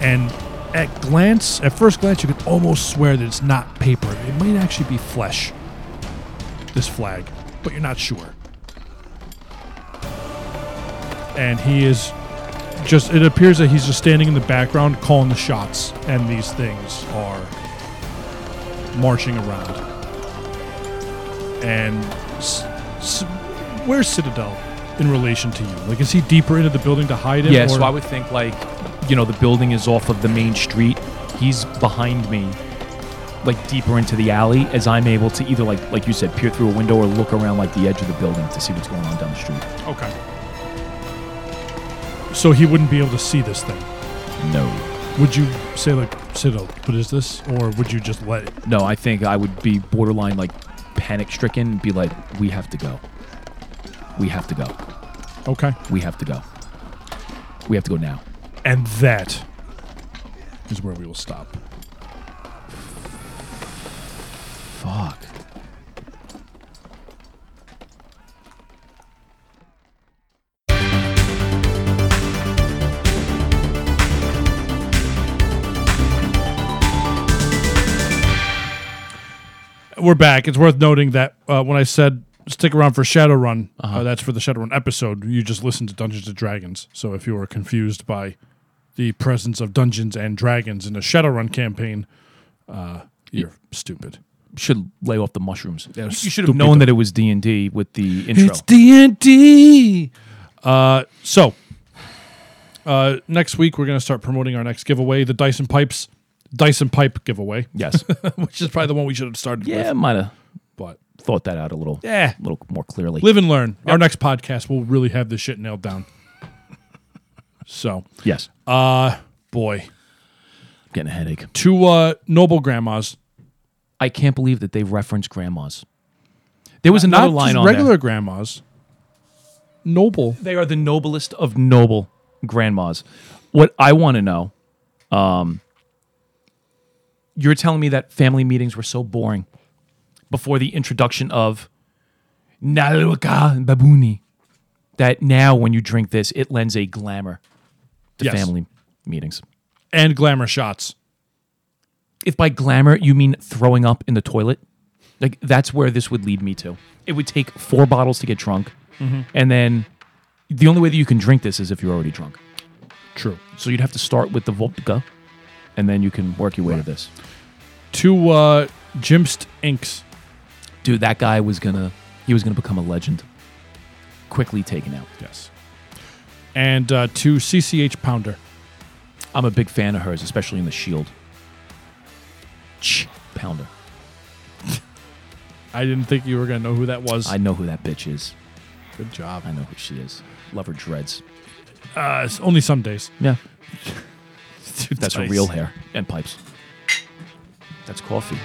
S2: and at glance, at first glance, you could almost swear that it's not paper. It might actually be flesh. This flag, but you're not sure. And he is just. It appears that he's just standing in the background, calling the shots, and these things are marching around. And s- s- where's Citadel in relation to you? Like, is he deeper into the building to hide in?
S3: Yeah, so
S2: or-
S3: I would think like, you know, the building is off of the main street. He's behind me, like deeper into the alley, as I'm able to either like like you said, peer through a window or look around like the edge of the building to see what's going on down the street.
S2: Okay. So he wouldn't be able to see this thing.
S3: No.
S2: Would you say like, Citadel, what is this? Or would you just let it?
S3: No, I think I would be borderline like panic stricken, be like, we have to go. We have to go.
S2: Okay.
S3: We have to go. We have to go now.
S2: And that is where we will stop.
S3: Fuck.
S2: We're back. It's worth noting that uh, when I said stick around for Shadowrun, uh that's for the Shadowrun episode. You just listened to Dungeons and Dragons. So if you were confused by the presence of Dungeons and Dragons in a Shadowrun campaign, uh, you're stupid.
S3: Should lay off the mushrooms. you should have
S2: stupid.
S3: known that it was D and D with the intro.
S2: It's D and D. Uh, so uh, next week we're gonna start promoting our next giveaway, the Dyson Pipes Dyson Pipe giveaway,
S3: yes.
S2: which is probably the one we should have started
S3: yeah,
S2: with.
S3: might have
S2: But
S3: thought that out a little,
S2: yeah,
S3: little more clearly.
S2: live and learn. Our next podcast will really have this shit nailed down. so,
S3: Yes.
S2: uh, boy,
S3: Getting a headache.
S2: two uh, noble grandmas,
S3: I can't believe that they referenced grandmas. There was another
S2: not
S3: line
S2: just
S3: on
S2: regular
S3: there.
S2: grandmas, noble.
S3: They are the noblest of noble grandmas. What I want to know, um, you're telling me that family meetings were so boring before the introduction of Naluka and Babuni that now when you drink this, it lends a glamour to
S2: Yes.
S3: family meetings.
S2: and glamour shots.
S3: if by glamour you mean throwing up in the toilet, like that's where this would lead me to. It would take four bottles to get drunk,
S2: Mm-hmm.
S3: and then the only way that you can drink this is if you're already drunk.
S2: True.
S3: So you'd have to start with the vodka, and then you can work your way to this.
S2: to uh, Jimst Inks.
S3: Dude, that guy was gonna he was gonna become a legend. Quickly taken out.
S2: Yes. And uh, to CCH Pounder.
S3: I'm a big fan of hers, especially in the Shield. Ch Pounder.
S2: I didn't think you were going to know who that was.
S3: I know who that bitch is.
S2: Good job.
S3: I know who she is. Love her dreads.
S2: Uh, it's only some days.
S3: Yeah, that's her
S2: Nice.
S3: real hair and pipes. That's coffee.